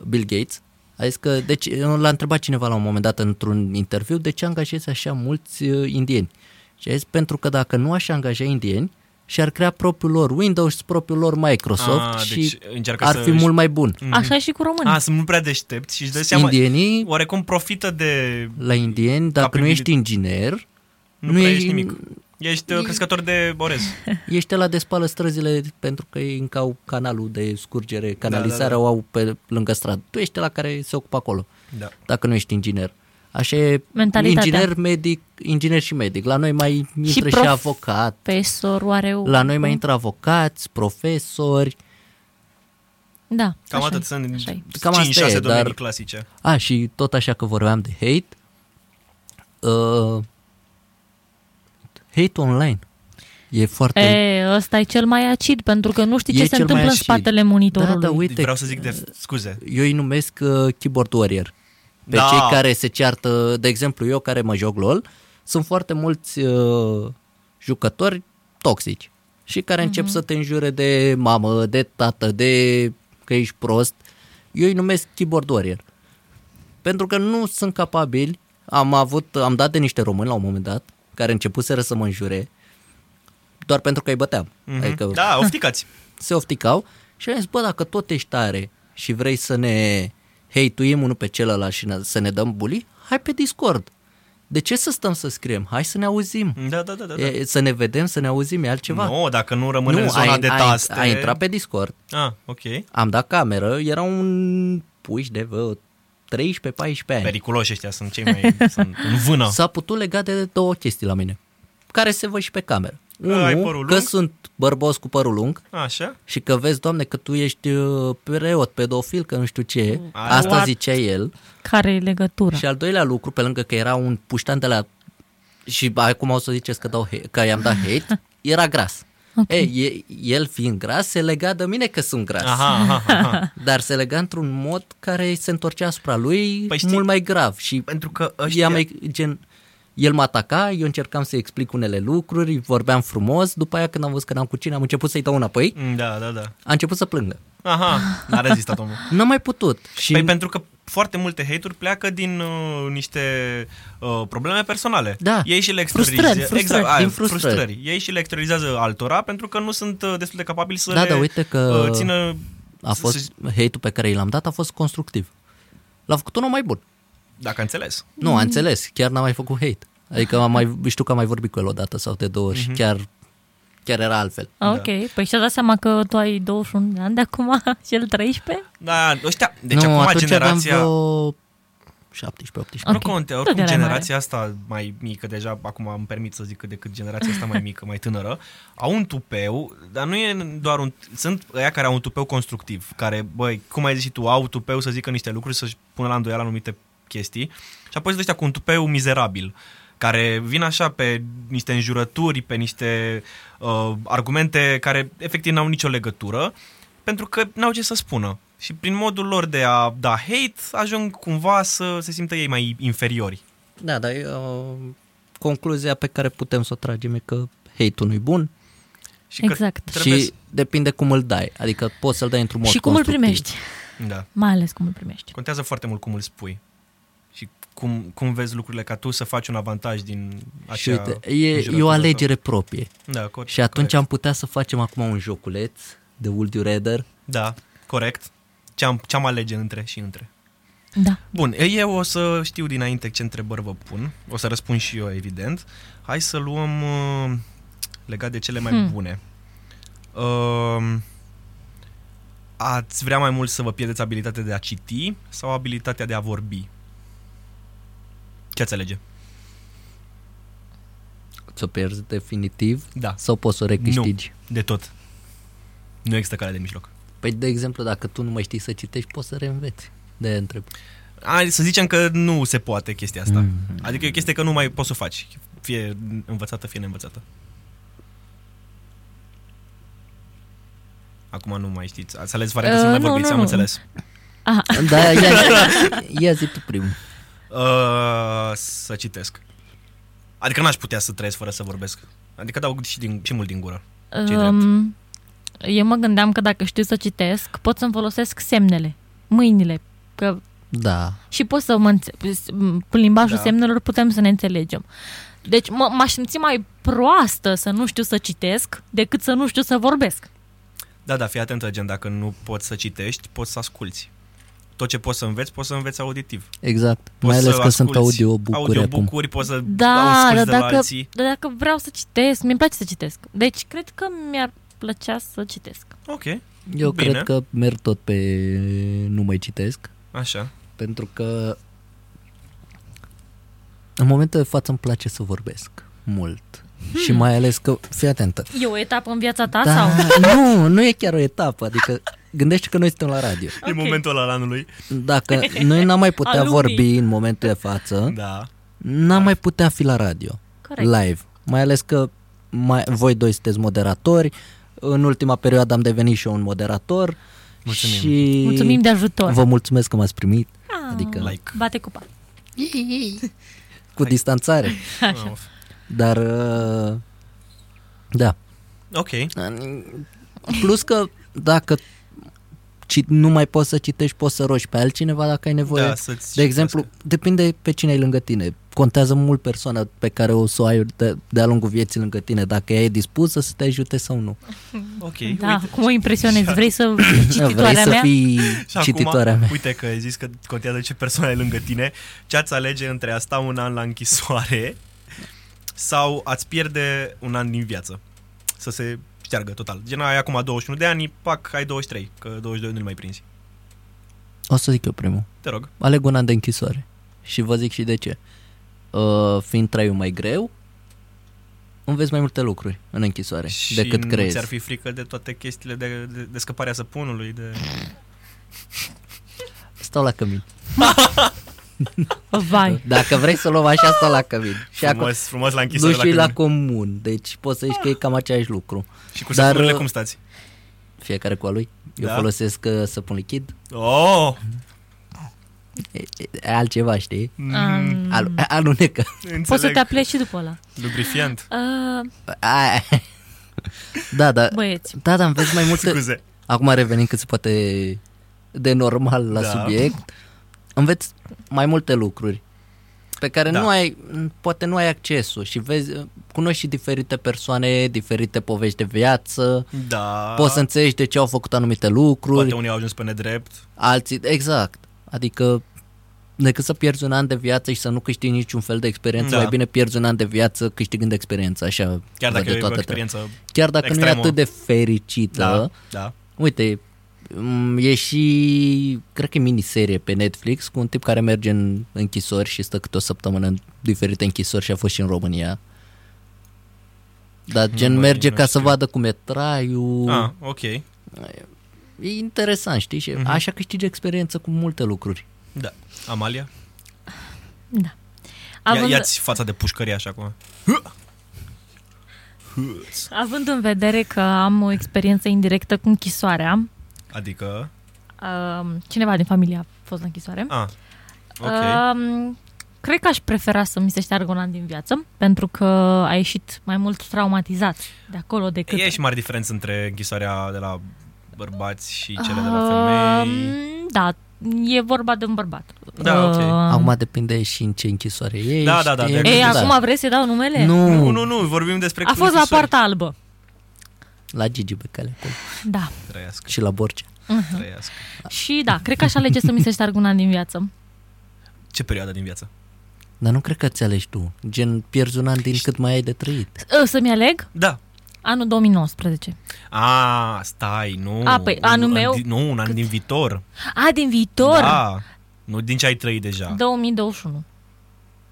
S1: Bill Gates. A zis că, deci, eu l-a întrebat cineva la un moment dat într-un interviu de ce angajezi așa mulți uh, indieni. Și a zis pentru că dacă nu aș angaja indieni, și-ar crea propriul lor Windows și propriul lor Microsoft
S2: Ah,
S1: și
S2: deci încearcă
S1: ar
S2: să
S1: fi
S2: își-
S1: mult mai bun.
S2: Mhm.
S3: Mm-hmm. Așa e și cu români.
S2: A, sunt mult prea deștepți și își dă seama...
S1: Indienii-
S2: Oarecum profită de...
S1: La indieni, dacă nu
S2: privit-
S1: ești inginer,
S2: Nu, nu prea ești nimic. Ești uh, crescător de orez.
S1: Ești la de spală străzile pentru că ei încă au canalul de scurgere, canalizarea
S2: da.
S1: o au pe lângă stradă. Tu ești la care se ocupă acolo.
S2: Da.
S1: dacă nu ești inginer. Așa e
S3: Mentalitatea.
S1: inginer, medic, inginer și medic. La noi mai intră și,
S3: prof-
S1: avocat.
S3: Profesorul are... o-
S1: La noi mai intră avocați, profesori.
S3: Da.
S2: Cam
S3: așa
S2: atât
S3: e,
S2: sunt
S3: așa e.
S2: 5-6
S1: Cam asta e,
S2: domenii
S1: dar-
S2: clasice.
S1: A, și tot așa că vorbeam de hate. Uh, hate online. E foarte...
S3: E, ăsta e cel mai acid, pentru că nu știi ce
S1: e
S3: se
S1: cel mai
S3: întâmplă în
S1: acid.
S3: spatele monitorului.
S1: Da, da, uite,
S2: Vreau să zic de scuze.
S1: eu îi numesc uh, keyboard warrior. Pe
S2: Da.
S1: cei care se ceartă, de exemplu, eu care mă joc LOL, sunt foarte mulți uh, jucători toxici și care încep să te înjure de mamă, de tată, de că ești prost. Eu îi numesc keyboard warrior. Pentru că nu sunt capabili, am avut, am dat de niște români la un moment dat, care începuseră să mă înjure, doar pentru că îi băteam.
S2: Mhm.
S1: Adică
S2: Da, ofticați.
S1: se ofticau și am zis, bă, dacă tot ești tare și vrei să ne hate-uim unul pe celălalt și ne, să ne dăm bully, hai pe Discord. De ce să stăm să scriem? Hai să ne auzim.
S2: Da, da, da. da.
S1: E, să ne vedem, să ne auzim, e altceva.
S2: Nu, dacă nu rămâne în zona
S1: ai,
S2: de
S1: ai,
S2: taste...
S1: ai intrat pe Discord,
S2: Ah, ok.
S1: am dat cameră, era un puș de vă, 13-14 ani.
S2: Periculoși ăștia sunt cei mai... sunt în vână.
S1: S-a putut legat de două chestii la mine, care se văd și pe cameră.
S2: ai
S1: Unul,
S2: părul
S1: că
S2: lung?
S1: sunt bărbos cu părul lung,
S2: Așa?
S1: Și că vezi, doamne, că tu ești uh, preot, pedofil, că nu știu ce.
S2: Ai.
S1: Asta
S3: What? Da.
S1: zicea el.
S3: Care e legătura?
S1: Și al doilea lucru, pe lângă că era un puștan de la... Și acum o să ziceți că, dau hate, că i-am dat hate, era gras. Okay. Ei, e- el fiind gras, se lega de mine că sunt gras. Aha.
S2: Aha, aha, aha.
S1: Dar se lega într-un mod care se întorcea asupra lui
S2: Păi
S1: păi
S2: știi-
S1: mult mai grav. Și
S2: Pentru că
S1: ea
S2: ăștia...
S1: mai, gen, el mă ataca, eu încercam să-i explic unele lucruri, îi vorbeam frumos, după aia când am văzut că n-am cu cine, am început să-i dau înapoi,
S2: Da, da, da.
S1: a început să plângă.
S2: Aha, n-a rezistat omul.
S1: N-am mai putut. Și
S2: Păi pentru că foarte multe hate-uri pleacă din uh, niște uh, probleme personale.
S1: Da.
S2: Ei și le
S1: Frustrări,
S2: exteriorizează.
S1: frustrări,
S2: exact, aia,
S1: din frustrări.
S2: frustrări. Ei și le exteriorizează altora pentru că nu sunt uh, destul de capabili să
S1: Da,
S2: le
S1: dar uite că
S2: uh, țină...
S1: a
S2: să-
S1: fost
S2: să-
S1: hate-ul pe care i l-am dat a fost constructiv. L-a făcut unul mai bun.
S2: Dacă înțeles.
S1: Nu, a înțeles, chiar n-a mai făcut hate. Adică am mai, știu că am mai vorbit cu el odată sau de două ori
S2: Mhm.
S1: și chiar, chiar era altfel.
S3: Ok,
S1: Da.
S3: păi și-a dat seama că tu ai 21 de ani de acum și el 13?
S2: Da, ăștia, deci
S1: nu,
S2: acum
S1: atunci
S2: generația...
S1: aveam vreo 17-18.
S2: Nu
S3: Ok.
S2: conte,
S3: Tot
S2: oricum
S3: erai
S2: generația asta mai mică, deja acum îmi permit să zic cât de cât generația asta mai mică, mai tânără, au un tupeu, dar nu e doar un... Sunt ăia care au un tupeu constructiv, care, băi, cum ai zis și tu, au tupeu să zică niște lucruri, să-și pună la îndoială anumite chestii și apoi sunt ăștia cu un tupeu mizerabil care vin așa pe niște înjurături, pe niște uh, argumente care efectiv n-au nicio legătură, pentru că n-au ce să spună. Și prin modul lor de a da hate, ajung cumva să se simtă ei mai inferiori.
S1: Da, dar eu, da, concluzia pe care putem să o tragem e că hate-ul nu-i bun
S2: Și că
S3: Exact.
S2: Trebuie...
S1: și
S2: Și...
S1: depinde cum îl dai. Adică poți să-l dai într-un mod
S3: și cum îl
S1: constructiv.
S3: primești,
S2: Da.
S3: mai ales cum îl primești.
S2: Contează foarte mult cum îl spui și cum, cum vezi lucrurile ca tu să faci un avantaj din
S1: Și
S2: acea...
S1: uite, e, e
S2: înjurătură
S1: o
S2: sau-
S1: alegere proprie.
S2: Da, corect.
S1: Și atunci
S2: corect.
S1: am putea să facem acum un joculeț de Would You Rather.
S2: Da, corect. Ce-am, ce-am alege între și între.
S3: Da.
S2: Bun, eu o să știu dinainte ce întrebări vă pun. O să răspund și eu, evident. Hai să luăm uh, legat de cele mai
S3: Hmm.
S2: hmm. bune. Uh, ați vrea mai mult să vă pierdeți abilitatea de a citi sau abilitatea de a vorbi? Ce ați alege?
S1: Ți-o pierzi definitiv
S2: Da,
S1: sau poți să o recâștigi?
S2: de tot. Nu există cale de mijloc.
S1: Păi, de exemplu, dacă tu nu mai știi să citești, poți să reînveți. De aia întreb.
S2: Hai să zicem că nu se poate chestia
S1: Hmm.
S2: asta. Mm. Adică e o chestie că nu mai poți să o faci. Fie învățată, fie neînvățată. Acum nu mai știți. Ați ales varianta uh, să nu
S3: Uh,
S2: mai
S3: nu,
S2: vorbiți,
S3: nu,
S2: am
S3: nu.
S2: înțeles.
S1: Da, ia, ia zi tu primul.
S2: Uh, să citesc. Adică n-aș putea să trăiesc fără să vorbesc. Adică dau și, din, și mult din gură. Ce-i drept?
S3: Um, eu mă gândeam că dacă știu să citesc, pot să-mi folosesc semnele, mâinile, că
S1: Da.
S3: și pot să mă înțe- s- m- cu limbajul da.
S2: Da.
S3: semnelor putem să ne înțelegem. Deci mă, m-aș simți mai proastă să nu știu să citesc decât să nu știu să vorbesc.
S2: Da, da, fii atentă, gen, dacă nu poți să citești, poți să asculți. Tot ce poți să înveți, poți să înveți auditiv.
S1: Exact.
S2: Poți
S1: Mai ales
S2: să
S1: că sunt
S2: asculți
S1: audiobook-uri acum.
S2: audiobook-uri, poți să
S3: Da,
S2: asculți
S3: dar
S2: de la
S3: dacă,
S2: alții.
S3: dar dacă vreau să citesc, mi-mi place să citesc. Deci cred că mi-ar plăcea să citesc.
S2: Ok,
S1: Eu
S2: Bine.
S1: cred că merg tot pe nu mai citesc,
S2: așa.
S1: pentru că în momentul de față îmi place să vorbesc mult.
S2: Hmm.
S1: Și mai ales că, fii atentă.
S3: E o etapă în viața ta
S1: Da,
S3: sau?
S1: nu, nu e chiar o etapă, adică gândește că noi suntem la radio.
S2: Okay. E momentul ăla al anului.
S1: Dacă noi n-am mai putea
S3: Alumnii.
S1: vorbi în momentul de față,
S2: Da.
S1: n-am mai putea fi la radio.
S3: Corect.
S1: live. Mai ales că mai, voi doi sunteți moderatori. În ultima perioadă am devenit și eu un moderator.
S2: Mulțumim.
S1: Și
S3: Mulțumim de ajutor.
S1: Vă mulțumesc că m-ați primit.
S3: Ah,
S1: Adică
S2: Like.
S3: Bate cupa.
S1: cu
S2: Hai.
S1: distanțare.
S2: Așa.
S1: Dar uh, da.
S2: Ok.
S1: Plus că dacă ci, nu mai poți să citești, poți să rogi pe altcineva dacă ai nevoie.
S2: Da, să-ți
S1: de exemplu, depinde pe cine ai lângă tine. Contează mult persoana pe care o să o ai de, de-a lungul vieții lângă tine, dacă ea e dispusă să te ajute sau nu.
S2: Ok.
S3: Da,
S2: Uite.
S3: cum o impresionezi? Vrei să
S1: Vrei
S3: cititoarea
S1: să
S3: mea?
S1: fii
S2: Și
S1: cititoarea
S2: acum,
S1: mea.
S2: uite că ai zis că contează ce persoană ai lângă tine, ce ați alege între a sta un an la închisoare sau ați pierde un an din viață, să se șteargă total. Gen, ai acum 21 de ani, pac, ai 23, că 22 nu-l mai prinzi.
S1: O să zic eu primul.
S2: Te rog.
S1: Aleg un an de închisoare. Și vă zic și de ce. Uh, fiind traiul mai greu, înveți mai multe lucruri în închisoare
S2: și
S1: decât
S2: nu
S1: crezi.
S2: ți-ar fi frică de toate chestiile de, de, de scăparea săpunului, de...
S1: Stau la cămin.
S3: Vai.
S1: Dacă vrei să luăm așa, stau la cămin. Și acum,
S2: Frumos, frumos la
S1: nu
S2: închisoare
S1: și la
S2: la, la
S1: comun, deci poți să zici că e cam același lucru.
S2: Și cu
S1: Dar,
S2: săpunurile
S1: uh,
S2: cum stați?
S1: Fiecare cu a lui. Eu
S2: Da.
S1: folosesc uh, săpun lichid,
S2: Oh!
S1: E- e- e altceva, știi?
S2: Mm,
S3: Um,
S1: Al- alunecă.
S3: poți să
S2: înțeleg.
S3: te apleci și după ăla.
S2: Lubrifiant.
S3: Uh,
S1: Aia. Da, da,
S3: băieți,
S1: da, da, înveți mai multe,
S2: Scuze.
S1: Acum revenim cât se poate de normal la da.
S2: Da.
S1: subiect. Înveți mai multe lucruri pe care da.
S2: Da.
S1: nu ai, poate nu ai accesul și vezi, cunoști și diferite persoane, diferite povești de viață,
S2: Da.
S1: poți să înțelegi de ce au făcut anumite lucruri,
S2: Poate
S1: poate...
S2: unii au ajuns pe nedrept.
S1: alții, exact, adică decât să pierzi un an de viață și să nu câștigi niciun fel de experiență, da.
S2: Da.
S1: mai bine pierzi un an de viață câștigând experiență, așa,
S2: Chiar dacă
S1: văd
S2: e o
S1: toată
S2: experiență...
S1: treaba. Chiar dacă nu e
S2: extremă.
S1: atât de fericită,
S2: Da. Da.
S1: Uite, m, e și, cred că e miniserie pe Netflix cu un tip care merge în închisori și stă câte o săptămână în diferite închisori și a fost și în România. Dar gen
S2: băi,
S1: merge
S2: nu
S1: ca să
S2: știu.
S1: vadă cum e traiul.
S2: Ah, ok.
S1: E interesant, știi? Și
S2: Mhm.
S1: Așa câștigi experiență cu multe lucruri.
S2: Da. Amalia?
S3: da.
S2: Având...
S3: Având,
S2: Ia-ți fața de pușcărie așa acum.
S3: având în vedere că am o experiență indirectă cu închisoarea,
S2: Adică...
S3: uh, cineva din familie a fost la închisoare,
S2: Ah. Ok.
S3: um, Cred că aș prefera să mi se șteargă un an din viață, pentru că a ieșit mai mult traumatizat de acolo decât...
S2: E și mari diferențe între închisoarea de la bărbați și cele de la femei.
S3: Um, Da, e vorba de un bărbat.
S2: Da, ok.
S3: Um,
S1: Acum depinde și în ce închisoare ești.
S2: Da, da, da, de
S1: evident.
S3: Ei,
S2: Da.
S3: acum vrei să-i dau numele?
S1: Nu,
S2: Nu, nu, nu, vorbim despre
S3: A fost la
S2: închisori.
S3: partea albă.
S1: la Gigi Becale acolo.
S3: Da.
S2: Trăiască,
S1: și la Borcea.
S3: Uh-huh.
S2: trăiască.
S3: Și da, cred că aș alege să mi se șteargă un an din viață.
S2: Ce perioadă din viață?
S1: Dar nu cred că ți alegi tu. Gen, pierzi un an din cât mai ai de trăit.
S3: Ă, Să-mi aleg
S2: Da.
S3: anul 2019.
S2: A, stai, nu.
S3: A, păi,
S2: Un
S3: anul
S2: an
S3: meu-
S2: din- Nu, un an din viitor.
S3: A, din viitor?
S2: Da. Nu din ce ai trăit deja.
S3: 2021.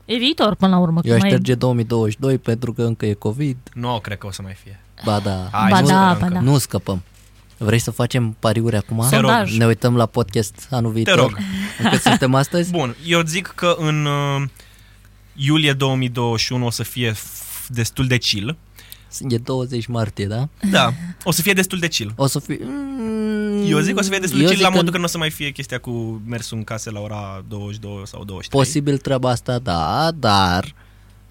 S3: E viitor până la urmă. că
S1: Eu aș
S3: mai e-
S1: șterge 2022 pentru că încă e COVID.
S2: Nu, cred că o să mai fie.
S1: Ba da,
S2: Hai,
S3: ba
S2: nu
S3: da,
S2: sperăm
S3: ba
S2: că-
S3: da.
S1: nu scăpăm. Vrei să facem pariuri acum?
S3: Te rog. Sondaj.
S1: Ne uităm la podcast anul viitor.
S2: rog.
S1: În cât suntem astăzi?
S2: Bun, eu zic că în uh, iulie 2021 o să fie f- destul de chill.
S1: E 20 martie, da?
S2: Da, o să fie destul de chill.
S1: O să fie...
S2: Eu zic că o să fie destul de
S1: Eu
S2: chill
S1: zic
S2: la modul că nu o să mai fie chestia cu mersul în case la ora 22 sau 23.
S1: Posibil treaba asta, da, dar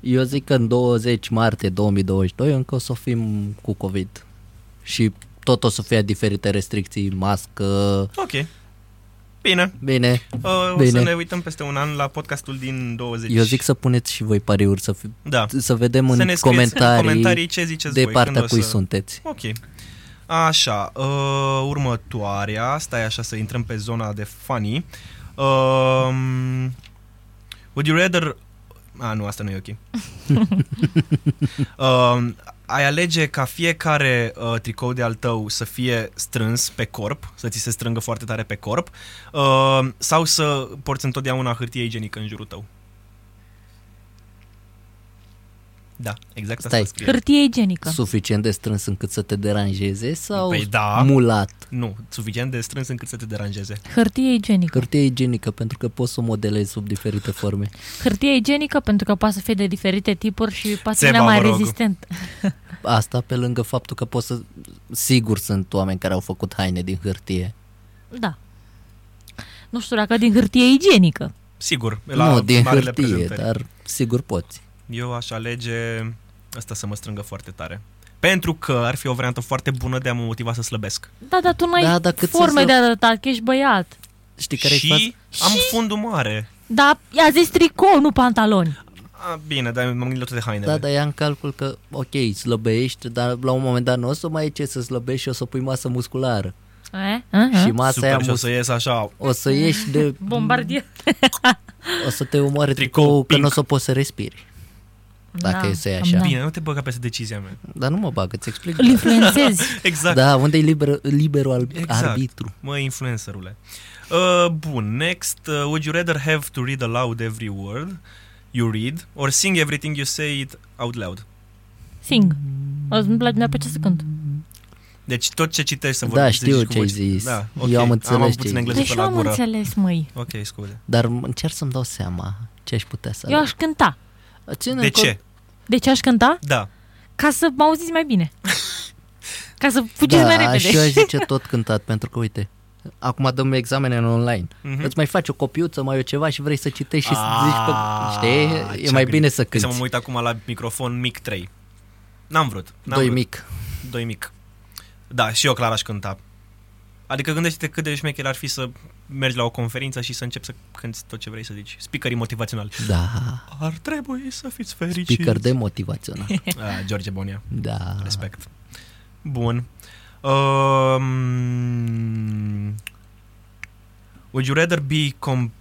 S1: eu zic că în 20 martie 2022 încă o să fim cu COVID. Și tot o să fie diferite restricții, mască...
S2: Ok. Bine.
S1: Bine,
S2: Uh, o să
S1: Bine.
S2: ne uităm peste un an la podcastul din 20.
S1: eu zic să puneți și voi pariuri, să, fi,
S2: da.
S1: să vedem
S2: Deci- să
S1: în
S2: ne scrieți
S1: comentarii,
S2: în comentarii ce ziceți
S1: de
S2: voi. când
S1: partea
S2: o
S1: cui
S2: să...
S1: sunteți.
S2: Ok. Așa, uh, următoarea, stai așa să intrăm pe zona de funny. Um, would you rather... A, nu, asta nu e ok. um, ai alege ca fiecare uh, tricou de al tău să fie strâns pe corp, să ți se strângă foarte tare pe corp, uh, sau să porți întotdeauna hârtie igienică în jurul tău? Da, exact
S1: Stai.
S2: asta scrie.
S3: Hârtie igienică.
S1: Suficient de strâns încât să te deranjeze sau
S2: Păi da.
S1: mulat?
S2: Nu, suficient de strâns încât să te deranjeze.
S3: Hârtie igienică.
S1: Hârtie igienică, pentru că poți să o modelezi sub diferite forme.
S3: Hârtie igienică pentru că poate să fie de diferite tipuri și poate să
S2: Țeva,
S3: fie mai
S2: mă rog.
S3: rezistent.
S1: Asta pe lângă faptul că poți să... Sigur sunt oameni care au făcut haine din hârtie.
S3: Da. Nu știu dacă din hârtie igienică.
S2: Sigur,
S1: La
S2: la
S1: nu, din
S2: marele
S1: hârtie, da.
S2: prezentări.
S1: dar sigur poți.
S2: Eu aș alege asta să mă strângă foarte tare. Pentru că ar fi o variantă foarte bună de a mă motiva să slăbesc.
S3: Da, dar tu n-ai
S1: Da, dar cât
S3: forme
S1: să-
S3: de arătat, că ești băiat.
S1: Știi care
S2: și
S1: e faza?
S2: am fundul mare.
S3: Da, i-a zis tricou, nu pantaloni.
S2: A, bine, dar m-am gândit la toate hainele.
S1: Da, dar ia în calcul că, ok, slăbești, dar la un moment dat nu o să mai ai ce să slăbești și o să pui masă musculară.
S3: Eh? Eh?
S1: Și masa
S2: Super,
S1: aia
S2: și o
S1: mus-
S2: să ies așa.
S1: o să ieși de...
S3: Bombardier.
S1: O să te omoare
S2: Tricou
S1: tricou că
S2: pink.
S1: nu o să poți să respiri. Dacă e să e
S3: cam
S1: așa.
S2: Bine, nu te băga peste decizia mea.
S1: Dar nu mă bagă, îți explic.
S3: Îl influențezi.
S2: Exact.
S1: Da, unde e liber, liberul al,
S2: Exact.
S1: exact. arbitru?
S2: Mă, influencerule. Uh, bun, next. Uh, would you rather have to read aloud every word you read or sing everything you say it out loud?
S3: Sing. O să-mi place, mi-ar plăcea să cânt.
S2: Deci tot ce citești să
S1: Da,
S2: vorbești să
S1: știu
S2: zici cu
S1: ce ai
S2: voce.
S1: zis.
S2: Da,
S1: Eu
S2: ok.
S1: am
S2: am
S1: înțeles
S2: avut
S1: ce
S2: puțin
S1: ai
S2: engleză
S3: Deci
S2: pe
S3: eu
S2: la
S3: am
S2: gură.
S3: înțeles, măi.
S2: Ok, scuze.
S1: Dar m- încerc să-mi dau seama ce aș putea să
S3: Eu aș cânta.
S1: aleg. Ține
S2: De
S1: în cont-
S2: ce?
S3: De ce aș cânta?
S2: Da.
S3: Ca să mă auziți mai bine. Ca să fugiți
S1: da,
S3: mai repede.
S1: și eu aș zice tot cântat, pentru că, uite, acum dăm examene în online.
S2: Mhm.
S1: Îți mai faci o copiuță, mai o ceva și vrei să citești și să
S2: Ah,
S1: zici, pe, știi,
S2: ce-am
S1: e mai
S2: gândit.
S1: bine să
S2: Să mă
S1: cânti.
S2: uit acum la microfon mic 3. N-am vrut. N-am
S1: Doi
S2: vrut.
S1: mic.
S2: Doi mic. Da, și eu clar aș cânta. Adică gândește-te cât de șmecher ar fi să mergi la o conferință și să începi să cânti tot ce vrei să zici. Speakerii motivaționali.
S1: Da,
S2: Ar trebui să fiți fericiți.
S1: speaker de motivațional.
S2: Ah, George Bonia.
S1: Da.
S2: Respect. Bun. Um, would you rather be compelled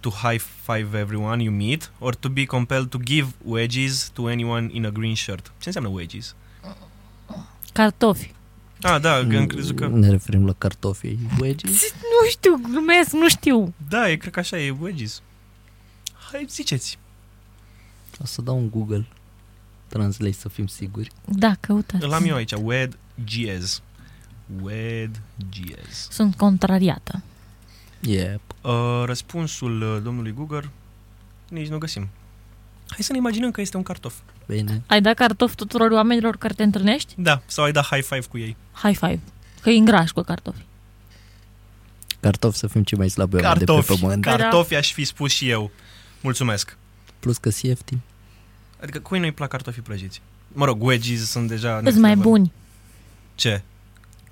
S2: to high five everyone you meet or to be compelled to give wedgies to anyone in a green shirt? Ce înseamnă wedgies?
S3: Cartofi.
S2: Ah, da, că am crezut că...
S1: Ne referim la cartofii. Wedgies?
S3: Nu știu, glumesc, nu știu.
S2: Da, e, cred că așa e, wedgies. Hai, ziceți.
S1: O să dau un Google Translate să fim siguri.
S3: Da, căutați.
S2: Îl am eu aici, wedgies. Wedgies.
S3: Sunt contrariată.
S1: Yeah.
S2: Uh, răspunsul uh, domnului Google nici nu găsim. Hai să ne imaginăm că este un cartof.
S1: Bine.
S3: Ai dat cartofi tuturor oamenilor care te întâlnești?
S2: Da, sau ai dat high five cu ei.
S3: High five. Că îi îngrași cu cartofi.
S1: Cartofi să fim cei mai slabi oameni de pe pământ.
S2: Păi da. cartofi aș fi spus și eu. Mulțumesc.
S1: Plus că e ieftin.
S2: Adică cui nu-i plac cartofii prăjiți? Mă rog, wedgies sunt deja...
S3: Sunt mai
S2: necunoscute.
S3: buni.
S2: Ce?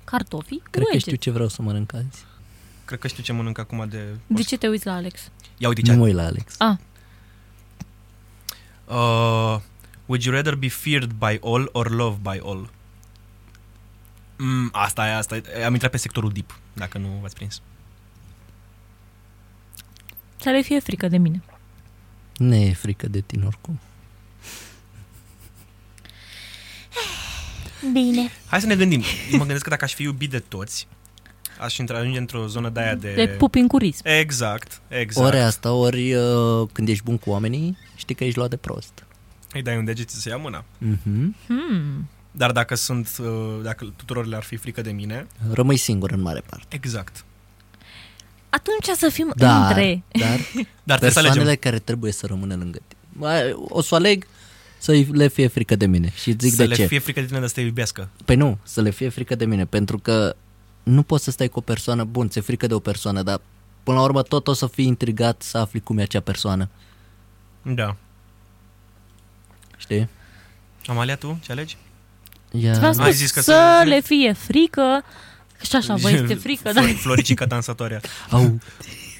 S3: Cartofii?
S1: Cred că
S3: Uite.
S1: știu ce vreau să mănânc azi.
S2: Cred că știu ce mănânc acum de...
S3: De ce te uiți la Alex?
S2: Ia uite ce...
S1: Nu mă uit la Alex.
S2: Uh, would you rather be feared by all or loved by all? Mm, asta e, asta e. Am intrat pe sectorul deep, dacă nu v-ați prins.
S3: Să le fie frică de mine.
S1: Ne e frică de tine oricum.
S3: Bine.
S2: Hai să ne gândim. mă gândesc că dacă aș fi iubit de toți, aș intra ajunge într-o zonă de aia de...
S3: Le pup în curis.
S2: Exact, exact.
S1: Exact. Ori asta, ori uh, când ești bun cu oamenii, știi că ești luat de prost.
S2: Îi dai un deget și să ia mâna. Mhm.
S1: Mm-hmm.
S3: Hmm.
S2: Dar dacă sunt, uh, dacă tuturor le-ar fi frică de mine...
S1: Rămâi singur în mare parte.
S2: Exact.
S3: Atunci să fim
S1: Dar,
S3: între.
S1: dar
S2: Dar trebuie să alegem.
S1: persoanele care trebuie să rămână lângă tine. Mai- O să aleg să le fie frică de mine. Și zic
S2: să
S1: de
S2: le
S1: ce.
S2: fie frică de tine, dar să te iubească.
S1: Păi nu, să le fie frică de mine, pentru că nu poți să stai cu o persoană, bun, ți-e frică de o persoană, dar până la urmă tot o să fii intrigat să afli cum e acea persoană,
S2: Da.
S1: știi?
S2: Amalia, tu ce alegi?
S1: Ia,
S3: V-am
S2: Ai
S3: spus
S2: zis că
S3: să
S2: să-
S3: le fie frică. Și așa, vă este frică, dar
S1: da.
S2: Flor- Floricica dansatoarea.
S1: au,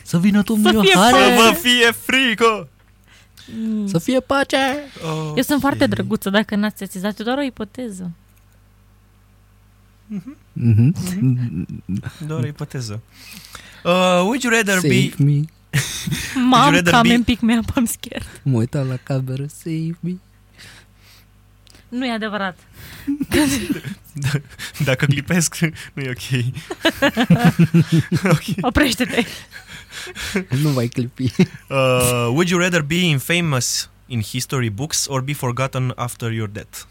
S1: să vină tu
S3: Să fie
S1: Miohare,
S2: Să vă fie frică!
S1: să fie pace!
S2: Oh,
S3: eu sunt foarte drăguță, dacă n-ați sesizat, e doar o ipoteză.
S2: Deci
S1: Mhm.
S2: Doar o ipoteză. Uh, would you rather
S1: Save
S2: be...
S1: me,
S3: Mam,
S2: rather
S3: cam
S2: be-
S3: un pic mi-am am scared.
S1: mă uitam la cameră, save me.
S3: Nu e adevărat.
S2: Dacă clipesc, nu e ok. ok.
S3: Oprește-te.
S1: Nu mai clipi.
S2: Uh, would you rather be infamous in history books or be forgotten after your death?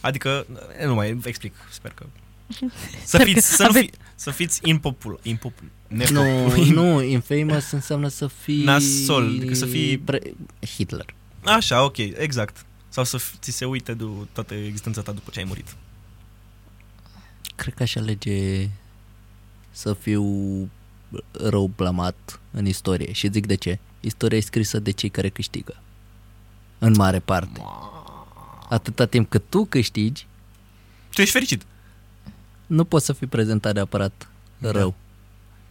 S2: Adică, eh, nu mai explic, sper că... Să
S3: că
S2: fiți, să, nu fi,
S3: aveți-
S2: să fiți impopul, impopul,
S1: Nu,
S2: nepopul-
S1: nu, infamous înseamnă să fii...
S2: Nasol, adică să fii-
S1: Pre- Hitler.
S2: Așa, ok, exact. Sau să f- ți se uite du- toată existența ta după ce ai murit.
S1: Cred că aș alege să fiu rău blamat în istorie și zic de ce. Istoria e scrisă de cei care câștigă. În mare parte. Atâta timp cât tu câștigi,
S2: Tu ești fericit.
S1: nu poți să fii prezentat neapărat
S2: Da.
S1: rău.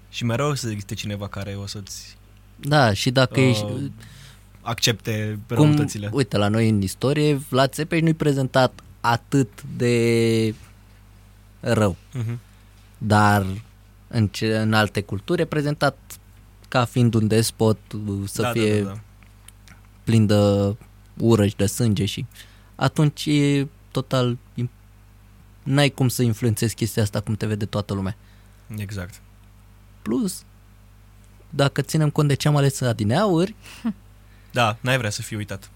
S2: Și mereu o să existe cineva care o să-ți
S1: Da, și dacă
S2: uh,
S1: ești...
S2: accepte
S1: Cum,
S2: răutățile.
S1: uite, la noi în istorie, Vlad Țepeș nu-i prezentat atât de rău,
S2: Uh-huh.
S1: dar în, ce, în alte culturi e prezentat ca fiind un despot, uh, să
S2: da,
S1: fie
S2: Da, da, da.
S1: plin de ură și de sânge și atunci e total im- n-ai cum să influențezi chestia asta cum te vede toată lumea.
S2: Exact.
S1: Plus, dacă ținem cont de ce am ales adineauri,
S2: Da, n-ai vrea să fii uitat.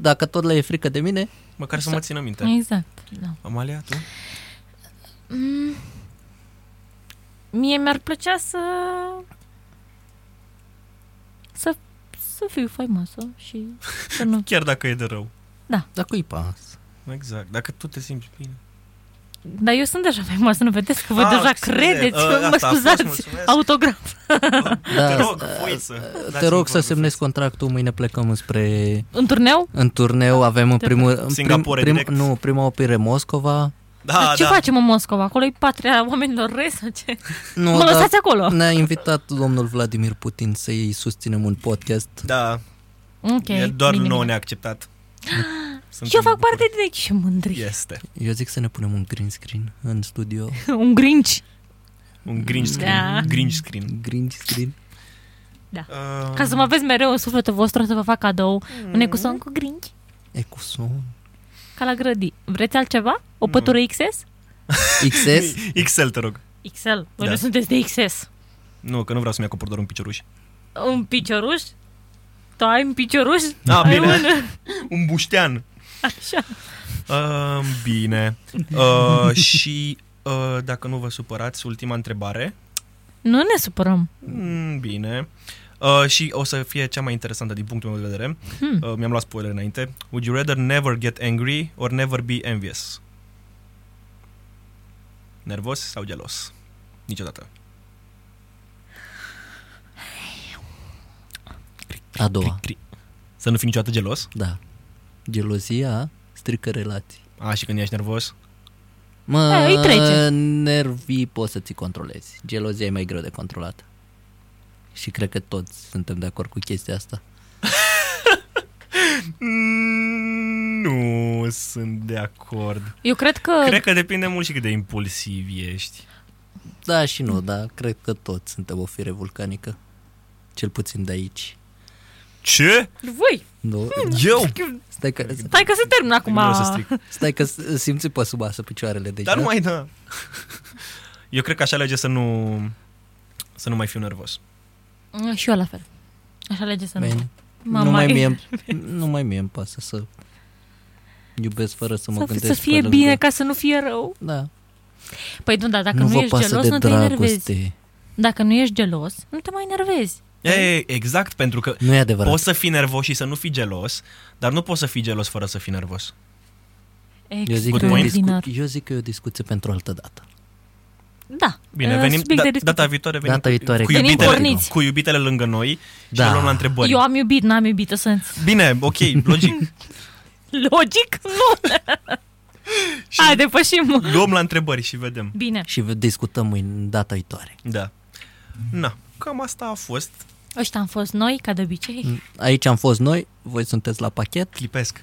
S1: dacă tot le e frică de mine,
S2: Măcar să mă țină
S1: Mm.
S2: minte.
S3: Exact, da.
S2: Amalia, tu?
S3: Mm. Mie mi-ar plăcea să... Să, să fiu faimoasă și să nu...
S2: Chiar dacă e de rău.
S1: dar cui pas?
S2: Exact. Dacă tu te simți bine.
S3: Dar eu sunt deja faimoasă, nu vedeți că voi
S2: Ah,
S3: deja
S2: scuze,
S3: credeți,
S2: uh,
S3: mă
S2: asta a fost,
S3: scuzați,
S2: mulțumesc.
S3: autograf.
S1: Da,
S2: te rog,
S1: uh,
S2: foiță.
S1: Te
S2: Dați-mi
S1: rog să
S2: codul,
S1: semnezi contractul, mâine plecăm spre
S3: În turneu?
S1: în turneu, avem în
S3: Da. Te
S1: primul în
S2: Singapore
S1: prim,
S2: direct.
S1: prim, nu, prima opire Moscova.
S2: Da,
S3: Dar
S2: da.
S3: ce facem în Moscova? Acolo e patria oamenilor răi sau ce?
S1: Nu,
S3: mă
S2: da.
S1: dar
S3: lăsați acolo?
S1: Ne-a invitat domnul Vladimir Putin să-i susținem un podcast.
S2: Da,
S3: Ok.
S2: e doar
S3: bine,
S2: nouă
S3: bine.
S2: ne-a acceptat.
S3: Și eu fac parte din aici și mândri.
S2: Este.
S1: Eu zic să ne punem un green screen în studio.
S3: Un grinci.
S2: Un green screen.
S3: Da.
S2: Green screen.
S1: Green screen.
S2: Uh,
S3: Ca să mă aveți mereu în sufletul vostru să vă fac cadou
S2: Mm.
S3: un ecuson cu grinci,
S1: Ecuson.
S3: ca la grădi. Vreți altceva? O
S2: Mm.
S3: pătură XS?
S1: XS?
S2: XL, Ehm, te rog.
S3: XL. Voi
S2: Da.
S3: nu sunteți de XS.
S2: Nu, că nu vreau să-mi acopăr doar un picioruș.
S3: Un picioruș? Tu ai un picioruș?
S2: Ah,
S3: Ai
S2: bine.
S3: un-
S2: Un buștean.
S3: Așa.
S2: Uh, bine. Uh, și uh, dacă nu vă supărați, ultima întrebare.
S3: Nu ne supărăm.
S2: Mm, bine. Uh, și o să fie cea mai interesantă din punctul meu de vedere.
S3: Hmm.
S2: Uh, mi-am luat spoiler înainte. Would you rather never get angry or never be envious? Nervos sau gelos? Niciodată.
S1: A doua,
S2: Cri, cri. Să nu fii niciodată gelos?
S1: da. Gelozia strică relații.
S2: A, și când ești nervos?
S1: Mă,
S3: Da, îi trece.
S1: nervii poți să ți controlezi. Gelozia e mai greu de controlat. Și cred că toți suntem de acord cu chestia asta.
S2: Mm, Nu sunt de acord.
S3: Eu cred că...
S2: Cred că depinde mult și cât de impulsiv ești.
S1: Da și nu, dar cred că toți suntem o fire vulcanică. Cel puțin de aici.
S2: Ce?
S3: Voi!
S1: Nu,
S3: Hmm.
S2: Eu?
S1: stai, că,
S3: Stai că se termină acum.
S2: Nu vreau să stric.
S1: stai că s- simți pe sub asă picioarele. Deci,
S2: Dar
S1: da?
S2: nu mai da. Eu cred că aș alege să nu să nu mai fiu nervos.
S3: Mm, Și eu la fel. Așa alege să nu.
S1: Man,
S3: Mama,
S1: Păi, nu, mai mie, nu mai mie îmi pasă să iubesc fără să mă
S3: să,
S1: gândesc
S3: să
S1: pe
S3: fie
S1: lângă.
S3: bine ca să nu fie rău.
S1: Da.
S3: Păi nu, dar dacă nu,
S1: nu vă
S3: ești
S1: pasă
S3: gelos,
S1: de
S3: nu te enervezi.
S1: dragoste.
S3: Dacă nu ești gelos, nu te mai enervezi.
S2: E, exact, pentru că
S1: Nu e adevărat.
S2: poți să fii nervos și să nu fii gelos, dar nu poți să fii gelos fără să fii nervos.
S1: Eu zic, că
S2: Good
S1: e o
S2: point.
S3: Extraordinar.
S1: discu- eu zic că e o discuție pentru altă dată.
S3: Da.
S2: Bine,
S3: Uh,
S2: venim
S3: subiect de
S2: da,
S3: discuție.
S2: data viitoare venim
S1: Data
S2: cu-
S1: viitoare,
S2: cu,
S1: cu
S2: iubitele,
S3: porniți.
S2: cu iubitele lângă noi
S1: Da.
S2: și le luăm la întrebări.
S3: Eu am iubit, n-am iubit, o să
S2: Bine, ok, logic.
S3: Logic? Nu! Hai, depășim!
S2: luăm la întrebări și vedem.
S3: Bine.
S1: Și v- discutăm mâine data viitoare.
S2: Da. Na, cam asta a fost.
S3: Ăștia am fost noi, ca de obicei.
S1: Mm. Aici am fost noi, voi sunteți la pachet.
S2: Clipesc.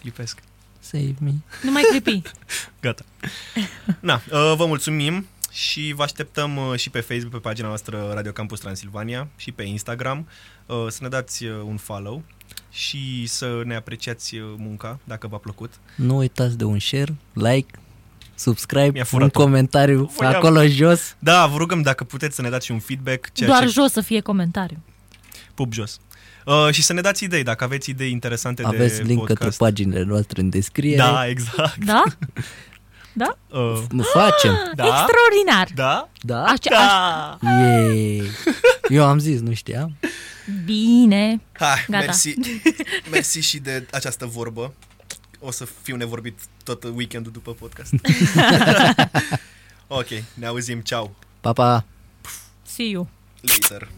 S2: Clipesc.
S1: Save me.
S3: Nu mai clipi.
S2: Gata. Na, uh, vă mulțumim și vă așteptăm uh, și pe Facebook, pe pagina noastră Radio Campus Transilvania și pe Instagram uh, să ne dați uh, un follow și să ne apreciați uh, munca, dacă v-a plăcut.
S1: Nu uitați de un share, like, subscribe,
S2: Mi-a
S1: un
S2: furat-o.
S1: comentariu
S2: Voiam.
S1: acolo jos.
S2: Da, vă rugăm dacă puteți să ne dați și un feedback, ceea
S3: Doar
S2: ce
S3: jos să fie comentariu.
S2: pup jos. Uh, și să ne dați idei, dacă aveți idei interesante
S1: Aveți
S2: de
S1: link către păi-
S2: podcast.
S1: paginile noastre în descriere.
S2: Da, exact.
S3: Da?
S2: Uh,
S1: Mă Facem.
S2: Da?
S3: Extraordinar!
S2: da?
S1: Da?
S3: Așa, așa.
S2: Da!
S1: Yay. Eu am zis, nu știam.
S3: Bine.
S2: Hai,
S3: Gata.
S2: mersi. Mersi și de această vorbă. O să fiu nevorbit tot weekendul după podcast. ok, ne auzim. Ciao.
S1: Pa, pa.
S3: See you.
S2: Later.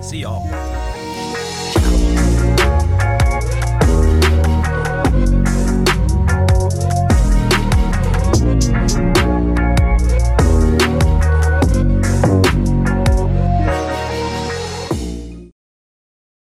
S2: See you.